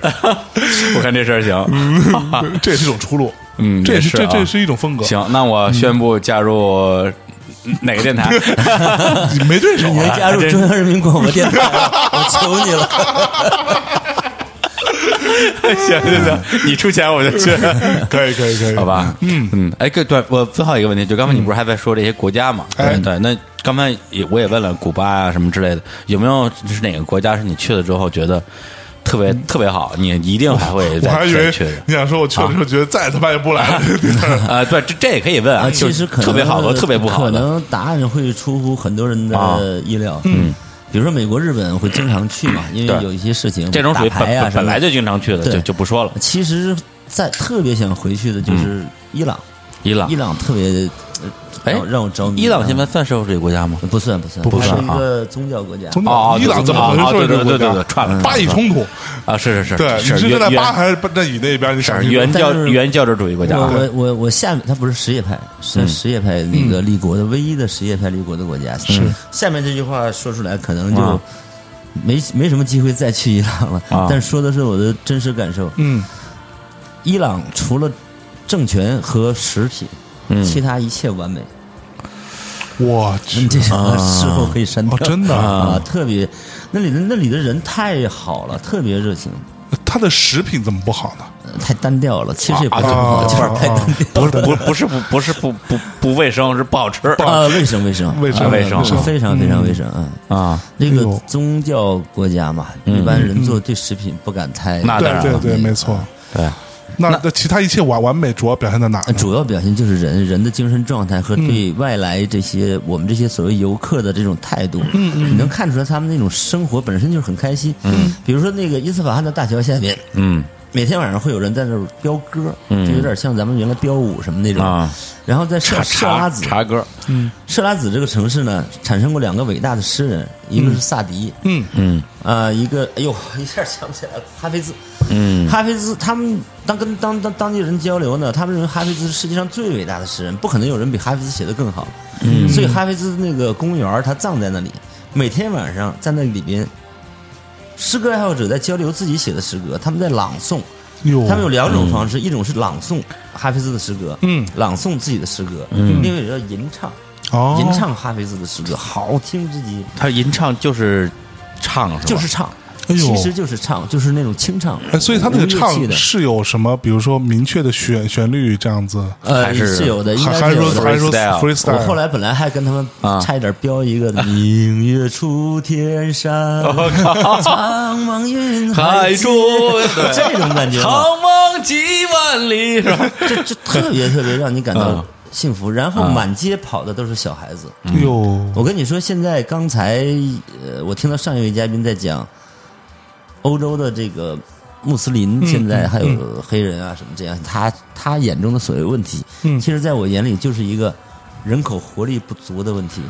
B: 我看这事儿行
A: 嗯这也是一种出路。
B: 嗯
A: 这也是
B: 也是
A: 这
B: 啊
A: 这也是一种风格，
B: 行，那我宣布加入哪个电台？
A: 你没对手
C: 你能
A: 啊，
C: 加入中央人民广播 电台，我求你了。
B: 行行行，你出钱我就去。
A: 可以可以可以，嗯
B: 好吧，嗯嗯，哎，对对，我最后一个问题，就刚才你不是还在说这些国家嘛？
A: 哎
B: 对对，那刚才也我也问了古巴啊什么之类的，有没有就是哪个国家是你去了之后觉得特别特别好，你一定还会
A: 嗯我还
B: 再
A: 以
B: 再
A: 为
B: 去的。
A: 你想说我去了之后觉得再也他妈也不 来了，这地儿
B: 啊，对，这这也可以问啊，
C: 啊，
B: 就
C: 其
B: 是
C: 实可能
B: 特别好和特别不好
C: 可
B: 的，
C: 能答案会出乎很多人
B: 啊
C: 的意料。嗯，比如说美国、日本会经常去嘛，因为
B: 对
C: 有一些事情，
B: 这种属于
C: 打牌
B: 本
C: 啊
B: 本
C: 什
B: 本
C: 么
B: 来
C: 的。
B: 就经常去的，
C: 对
B: 就就不说了。
C: 其实，在特别想回去的就是伊朗，
B: 伊朗
C: 伊，朗特别
B: 嗯啊
C: 呃
B: 哎
C: 让让我着迷。啊
B: 伊朗现在算社会主义国家吗？
C: 不算不算，
B: 不算
C: 它是一
B: 啊
C: 个宗教国家。
A: 从
B: 哦
A: 伊朗怎么
B: 哦
A: 回事？
B: 对对
A: 这个国
B: 对对
A: 家
B: 对串了
A: 巴以冲突，
B: 啊，是是是，
A: 对，你是
B: 原
A: 在
B: 原
A: 巴还是巴在以那边？你想
B: 是原
C: 但
B: 教
C: 是
B: 原教旨主义国家
C: 我
B: 啊，
C: 我我我下面，它不是什叶派，是什叶派那个立国的唯一的什叶派立国的国家。是下面这句话说出来，可能就
B: 啊
C: 没没什么机会再去伊朗了
B: 啊。
C: 但说的是我的真实感受。
A: 嗯，
C: 伊朗除了政权和实体，
B: 嗯
C: 其他一切完美。
A: 我去，
C: 这个 事后可以删掉，
A: 哦真的啊
C: 啊， 特别那里的那里的人太好了，特别热情，
A: 它的食品怎么不好呢？
C: 呃太单调了。其实也不
B: 啊
C: 是不好，
A: 啊
C: 就是太单
B: 不
C: 调
B: 是
C: 了。
B: 不不是不不是不不不卫生，是不好吃
C: 啊，卫生卫生
A: 卫生
C: 啊
B: 卫生
C: 是非常非常卫生啊。嗯
B: 啊。
C: 这
A: 哎
C: 个
A: 呦
C: 宗教国家嘛，一般人做对食品不敢太
B: 嗯那当
A: 对
B: 然
A: 对
B: 了
A: 对，没错。
B: 对，
A: 那那其他一切完完美主要表现在哪呢？
C: 呃主要表现就是人人的精神状态和对外来这些、我们这些所谓游客的这种态度，嗯嗯，你能看出来他们那种生活本身就是很开心，嗯，比如说那个伊斯法罕的大桥下面，
B: 嗯
C: 每天晚上会有人在那儿飙歌，嗯，就有点像咱们原来飙舞什么那种
B: 啊。
C: 然后在设
B: 茶
C: 设拉
B: 茶
C: 子，
B: 茶歌，
C: 设拉子这个城市呢，产生过两个伟大的诗人，一个是萨迪，
A: 嗯
C: 嗯，啊，一个哎呦， 一下想不起来了，哈菲兹，嗯，哈菲兹他们当跟当当当地人交流呢，他们认为哈菲兹是世界上最伟大的诗人，不可能有人比哈菲兹写的更好，嗯，所以哈菲兹那个公园儿他葬在那里，每天晚上在那里边，诗歌爱好者在交流自己写的诗歌，他们在朗诵，
A: 哟，
C: 他们有两种方式，一种是朗诵哈菲兹的诗歌，
A: 嗯
C: 朗诵自己的诗歌，嗯，另外一个叫吟唱，
A: 哦
C: 吟呃唱哈菲兹的诗歌，好听之极，
B: 他吟唱就是唱是吧？
C: 就是唱，
A: 哎呦
C: 其实就是唱，就是那种清唱
A: 哎，，所以他那个
C: 无乐器
A: 唱
C: 的。
A: 是有什么，比如说明确的旋旋律这样子，
C: 呃，
B: 还是
C: 是有的，应
A: 还
C: 该
A: 还
C: 是
A: 是说
C: 有
A: 还
C: 的。
A: 是说
B: freestyle
C: 我
A: freestyle？
C: 后来本来还跟他
B: 啊
C: 们差一点标一 个“明月出天山，苍茫云海
B: 海
C: 中
B: 中”，
C: 这种感觉啊嘛，
B: 长梦几万里是吧？
C: 这这特别特别让你感到
B: 啊
C: 幸福。然
A: 啊
C: 后满街跑的都是小孩子，
A: 哟，
C: 我跟你说，现在刚才呃，我听到上一位嘉宾在讲欧洲的这个穆斯林，现在还有黑人啊什么这样，他他眼中的所谓问题，
A: 嗯
C: 其实在我眼里就是一个人口活力不足的问题，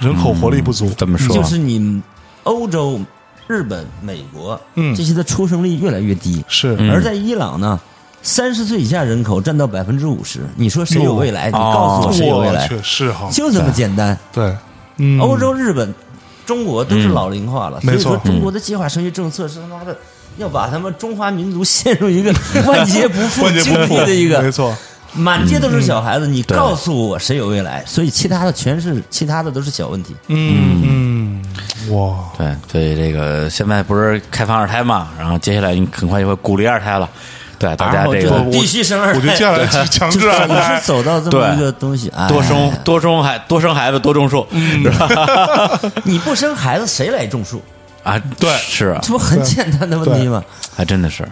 A: 人口活力不
C: 嗯
A: 足，
B: 怎么说？
C: 就是你欧洲、日本、美国，
A: 嗯
C: 这些的出生率越来越低，
A: 是
C: 而在伊朗呢。三十岁以下人口占到百分之五十，你说谁有未来？你
B: 哦
C: 告诉我谁有未
A: 我
C: 来？
A: 去是哈，
C: 就这么简单。
A: 对，嗯，
C: 欧洲、日本、中国都是老龄化了，
A: 嗯
C: 所以说
A: 没错
C: 中国的计划生育政策是他妈的要把他们中华民族陷入一 个万劫不复、
A: 万劫
C: 经
A: 不
C: 历
A: 复
C: 的一
A: 没
C: 个，
A: 错，嗯
C: 满街都是小孩子，你告诉我谁有未来？所以其他的全是其他的都是小问题。
A: 嗯嗯，哇，
B: 对，所以这个现在不是开放二胎嘛，然后接下来你很快就会鼓励二胎了。对，大家
C: 然后
B: 这
C: 就
B: 个
C: 啊必须生二
A: 我觉得接
C: 胎，
A: 下来是强
C: 就
A: 制安
C: 总
A: 排
C: 是，走到这么一个东西，哎
B: 多生多生孩多生孩子多种树，
C: 嗯
B: 是吧？
C: 你不生孩子谁来种树？
B: 啊，
A: 对
B: 是啊
C: 这，不很简单的问题吗？
B: 还真的是。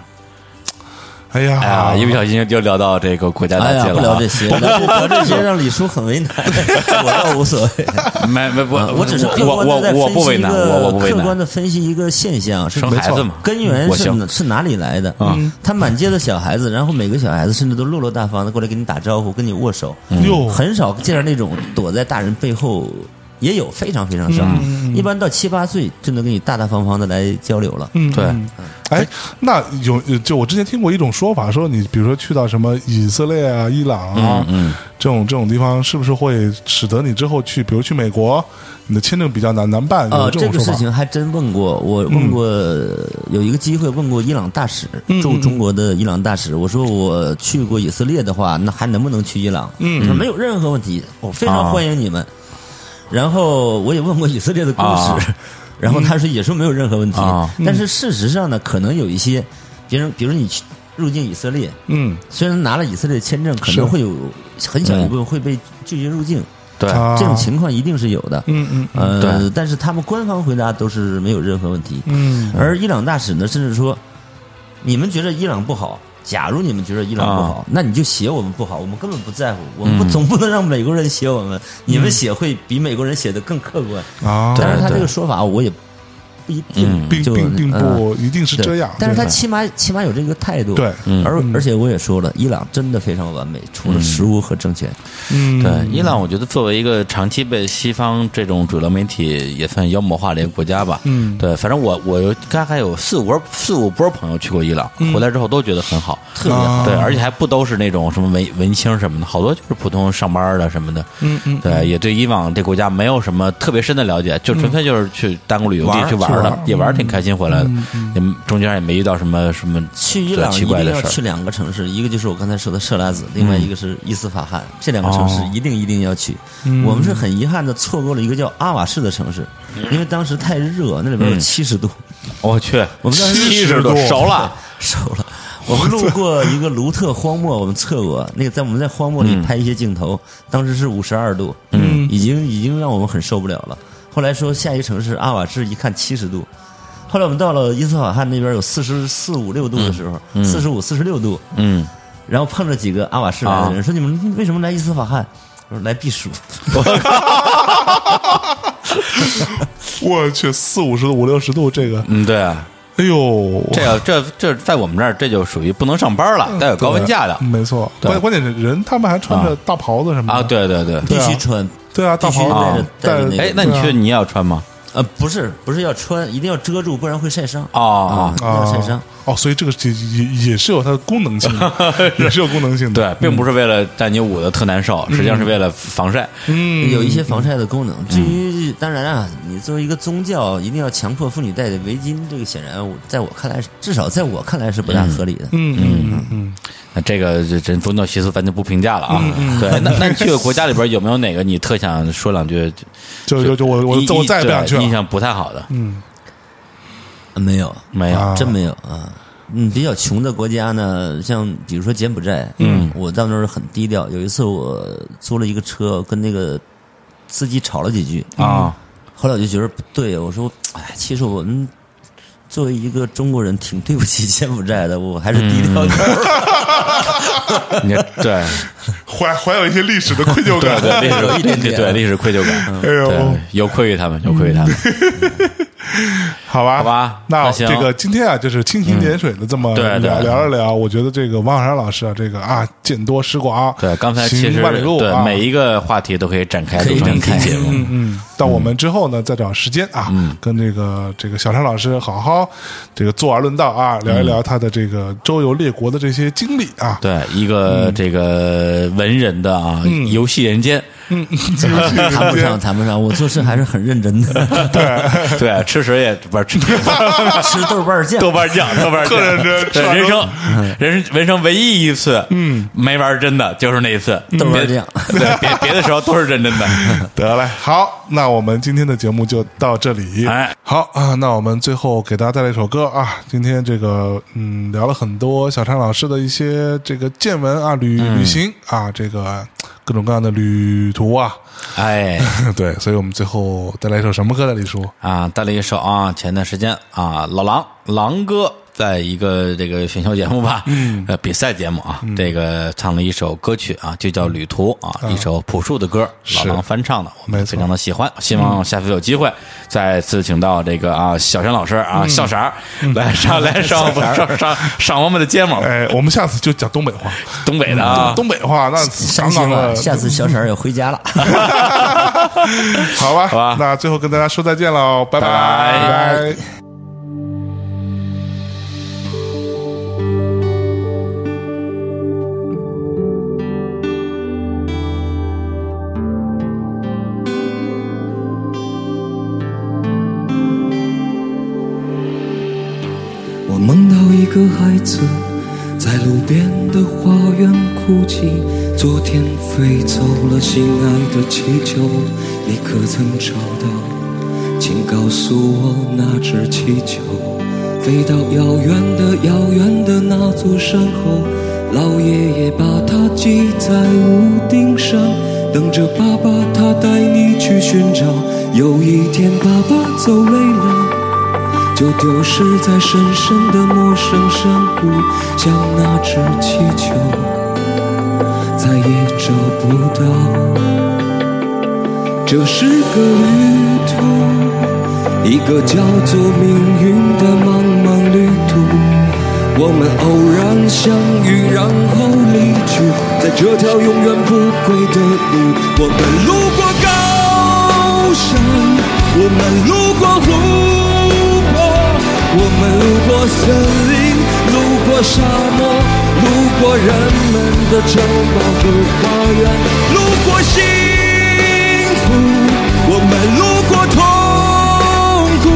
A: 哎
B: 哎呀，
A: 呀，
B: 一不小心就聊到这个国家大
C: 啊哎
B: 计了
C: 呀，
B: 啊。
C: 不聊 这些，聊聊这些让李叔很为难， 我倒无所谓。
B: 没没不，
C: 啊我只是客
B: 呃我
C: 观
B: 我
C: 的在
B: 我
C: 分
B: 不
C: 析
B: 为
C: 一
B: 难，我我不
C: 个
B: 为
C: 客观
B: 难。
C: 的分析一个现象，是
B: 生
C: 没
B: 孩
C: 错
B: 子嘛嗯
C: 根源
B: 我
C: 是
B: 行
C: 哪是哪里来的？嗯，他满街的小孩子，然后每个小孩子甚至都落落大方的过来跟你打招呼，跟你握手，
B: 嗯
A: 哟
C: 很少见着那种躲在大人背后。也有非常非常少，
B: 嗯
C: 一般到七八岁就能跟你大大方方的来交流了。
A: 嗯，
B: 对，
A: 哎，那有就我之前听过一种说法，说你比如说去到什么以色列啊、伊朗啊、
C: 嗯
A: 这种这种地方，是不是会使得你之后去，比如去美国，你的签证比较难难办？有
C: 呃，这
A: 种
C: 个
A: 说
C: 事
A: 法？嗯
C: 情还真问过，我问过、有一个机会问过伊朗大使，驻中国的伊朗大使，我说我去过以色列的话，那还能不能去伊朗？嗯，他说没有任何问题，我非常欢迎你们。然后我也问过以色列的公使，
B: 啊
C: 然后他说也说没有任何问题，
B: 啊
A: 嗯
C: 但是事实上呢，可能有一些别人，比如你去入境以色列，
A: 嗯
C: 虽然拿了以色列签证，可
A: 是嗯
C: 能会有很小一部分会被拒绝入境，
B: 对，
A: 啊，
C: 这种情况一定是有的。
A: 嗯嗯
C: 呃，
B: 对
C: 但是他们官方回答都是没有任何问题。
A: 嗯，
C: 而伊朗大使呢，甚至说你们觉得伊朗不好，假如你们觉得伊朗不好，那你就写我们不好，我们根本不在乎，我们不、总不能让美国人写我们，你们写会比美国人写的更客观。
A: 啊，
C: 但是他
B: 对
C: 这个说法我也不一定，
A: 并
C: 嗯就
A: 并并
C: 嗯
A: 不一定是
C: 对
A: 这样，
C: 但是他
A: 对
C: 起码起码有这个态度。
A: 对
C: 而而且我也说了，伊朗真的非常完美，除了食物和政权。
A: 嗯，
B: 对，伊朗，我觉得作为一个长期被西方这种主流媒体也算妖魔化的一个国家吧，
A: 嗯
B: 对，反正我我有大概有四五波四五波朋友去过伊朗，回来之后都觉得很好，特
A: 别好
B: 对，而且还不都是那种什么文文青什么的，好多就是普通上班的什么的，嗯嗯，对，也对伊朗这国家没有什么特别深的了解，就纯粹就是去当个旅游
A: 玩
B: 地
A: 儿
B: 去玩
A: 去
B: 儿
A: 玩
B: 的
A: 儿，
B: 也玩儿挺开心回来的，也中间也没遇到什么什么
C: 去伊朗
B: 奇
C: 一
B: 怪
C: 定
B: 的
C: 要
B: 事儿嗯
C: 去两个城市，一个就是我刚才说的设拉子，另外一个是伊斯法罕，这两个城
B: 哦
C: 市一定一定要去。
B: 嗯
C: 我们是很遗憾的错过了一个叫阿瓦市的城市，因为当时太热，那里
B: 嗯
C: 边有七十度，
B: 我去，
C: 我们当时
B: 七十
A: 度
B: 熟了，
C: 受了。我们路过一个卢特荒漠，我们测过那个在我们在荒漠里
B: 嗯
C: 拍一些镜头，当时是五十二度，嗯，已经已经让我们很受不了了。后来说下一个城市阿瓦市，一看七十度，后来我们到了伊斯法罕那边有四十四五六度的时候，四十五四十六度，
B: 嗯，
C: 然后碰着几个阿瓦士来的人，说你们为什么来伊斯法罕？我说来避暑，
A: 我去四五十度五六十度这个，
B: 嗯，对啊。
A: 哎呦，
B: 这要这这在我们这儿，这就属于不能上班了，带有高温假的
A: 嗯对没错，
B: 对
A: 关关键是人他们还穿着大袍子什么的
B: 啊！，对对对，
C: 必
A: 啊
C: 须穿。
A: 对啊，大
C: 必须
A: 袍
C: 戴
A: 子
C: 着戴着那个
B: 哎，那你
A: 对啊
B: 去你也要穿吗？
C: 呃，不是，不是要穿，一定要遮住，不然会晒伤。
B: 哦
C: 啊，
B: 哦，
C: 要晒伤
A: 啊。哦，所以这个也也也是有它的功能性的， 也是有功能性的，
B: 对，并不是为了让你捂得特难受，实际上是为了防晒。
A: 嗯，
C: 有一些防晒的功能。至于当然啊，你作为一个宗教，一定要强迫妇女戴围巾，这个显然我在我看来是，至少在我看来是不大合理的。
A: 嗯嗯嗯
B: 那这个这这宗教习俗咱就不评价了啊。
A: 嗯
B: 对，那那你 去个国家里边有没有哪个你特想说两句？
A: 就就就我我
B: 一
A: 我再也不想
B: 对
A: 去
B: 印
A: 了，嗯
B: 象不太好的
C: 没有，
B: 没有
A: 啊
C: 真没有啊。嗯，比较穷的国家呢，像比如说柬埔寨，嗯，我到那儿很低调。有一次我租了一个车，跟那个司机吵了几句，嗯
B: 啊？
C: 后来我就觉得不对，我说，哎，其实我们作为一个中国人，挺对不起柬埔寨的，我还是低
B: 嗯
C: 调点儿。
A: 嗯
B: 你对
A: 怀怀有一些历史的 愧疚
B: 对
A: 感，
B: 对，
C: 有一点
B: 历史
C: 点
B: 对历史愧疚感，
A: 哎呦
B: 对，有愧于他们，有愧于他们。
A: 好吧，
B: 好吧
A: 那
B: 那行
A: 这个今天啊，就是蜻蜓点水的这么
B: 嗯对对
A: 聊聊了聊，我觉得这个王小山老师啊，这个啊见多识广，
B: 对，刚才其
A: 行
B: 实
A: 万里路
B: 对
A: 啊，
B: 每一个话题都可以展开
C: 可
B: 录
C: 以
B: 成一期
C: 展开
B: 节目。
A: 嗯嗯，到我们之后呢，再找时间啊，
B: 嗯
A: 跟这个这个小山老师好好这个坐而论道啊，聊
B: 嗯
A: 一聊他的这个周游列国的这些经历啊，
B: 对，一个这个文人的啊，游戏人间，
C: 谈不上，谈不上，我做事还是很认真的，
B: 对，吃屎也不是吃
C: 吃豆瓣酱。
B: 豆瓣酱，豆瓣酱，
A: 特认真吃
B: 对，
A: 完
B: 人
A: 之后
B: 生人人生唯一一次，嗯，没玩真的，就是那一次
C: 豆瓣
B: 别
C: 酱
B: 对，别别的时候都是认真的。
A: 得嘞，好，那我们今天的节目就到这里。
B: 哎，
A: 好啊，那我们最后给大家带来一首歌啊。今天这个嗯，聊了很多小畅老师的一些这个见闻啊，旅、旅行啊，这个各种各样的旅途啊。
B: 哎
A: 对，所以我们最后带来一首什么歌呢？李叔
B: 啊，带了一首啊，前段时间啊，老狼狼哥。在一个这个选秀节目吧，嗯，呃，比赛节目啊，
A: 嗯
B: 这个唱了一首歌曲啊，就叫《旅途》啊，一首朴树的歌，老
A: 是
B: 狼翻唱的，我
A: 没
B: 们
A: 错嗯
B: 非常的喜欢，希望下次有机会再次请到这个啊小山老师
A: 嗯
B: 啊笑啥儿来上 来上上上上我们的节目，
A: 哎，嗯我们下次就讲东北话，
B: 东北的啊，
A: 东北话那
C: 伤
A: 杠
C: 心
A: 杠
C: 了，
A: 的。
C: 下次小婶儿也回家了。
A: 好吧，
B: 好吧
A: 那最后跟大家说再见喽，拜
B: 拜
A: 拜拜
F: 我梦到一个孩子在路边的花园哭泣，昨天飞走了心爱的气球，你可曾找到？请告诉我那只气球飞到遥远的遥远的那座山后，老爷爷把它系在屋顶上，等着爸爸他带你去寻找。有一天爸爸走累了。就丢失在深深的陌生山谷，像那只气球，再也找不到。这是个旅途，一个叫做命运的茫茫旅途。我们偶然相遇，然后离去，在这条永远不归的路。我们路过高山，我们路过湖泊，我们路过森林，路过沙漠，路过人们的城堡和花园，路过幸福，我们路过痛苦，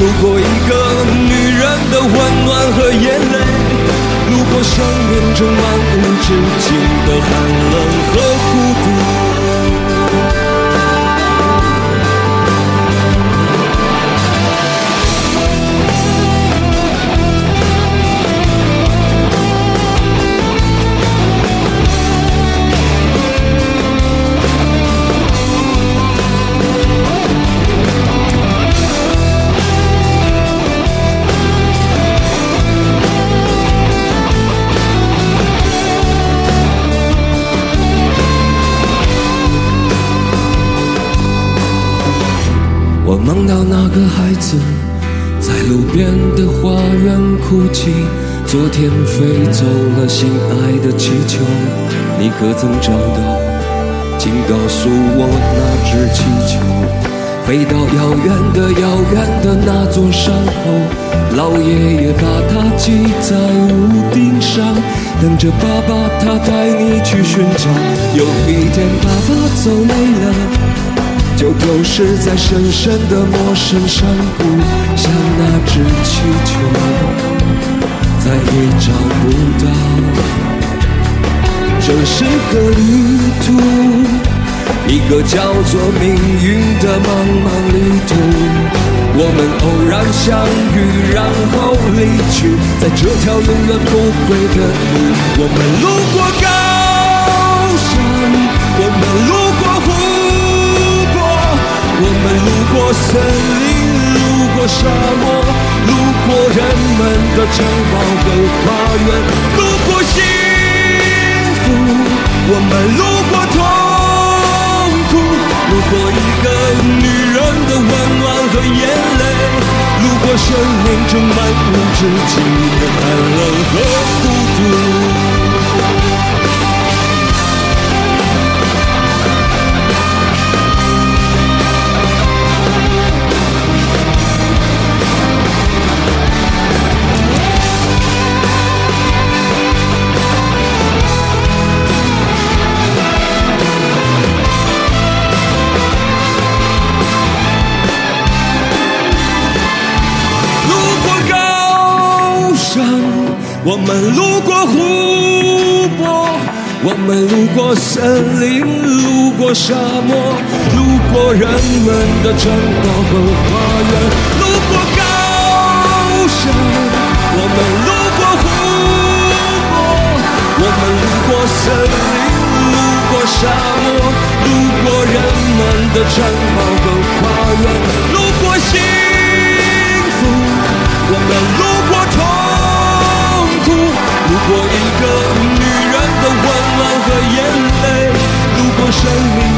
F: 路过一个女。人的温暖和眼泪，路过生命中漫无止境的寒冷和孤独。我梦到那个孩子在路边的花园哭泣，昨天飞走了心爱的气球，你可曾找到？请告诉我那只气球飞到遥远的遥远的那座山后，老爷爷把它系在屋顶上，等着爸爸他带你去寻找。有一天爸爸走累了。就丢失在深深的陌生山谷，像那只气球，再也找不到。这是个旅途，一个叫做命运的茫茫旅途。我们偶然相遇，然后离去，在这条永远不归的路。我们路过高山，我们路过湖。我们路过森林，路过沙漠，路过人们的城堡和花园，路过幸福，我们路过痛苦，路过一个女人的温暖和眼泪，路过生命中漫无止境的寒冷和孤独。路过高山，我们路过湖泊，我们路过森林，路过沙漠，路过人们的城堡和花园，路过高山，我们路过湖泊，我们路过森林，路过沙漠，路过人们的城堡和花园，路过心。幸福。我们路过痛苦，路过一个女人的温暖和眼泪，路过生命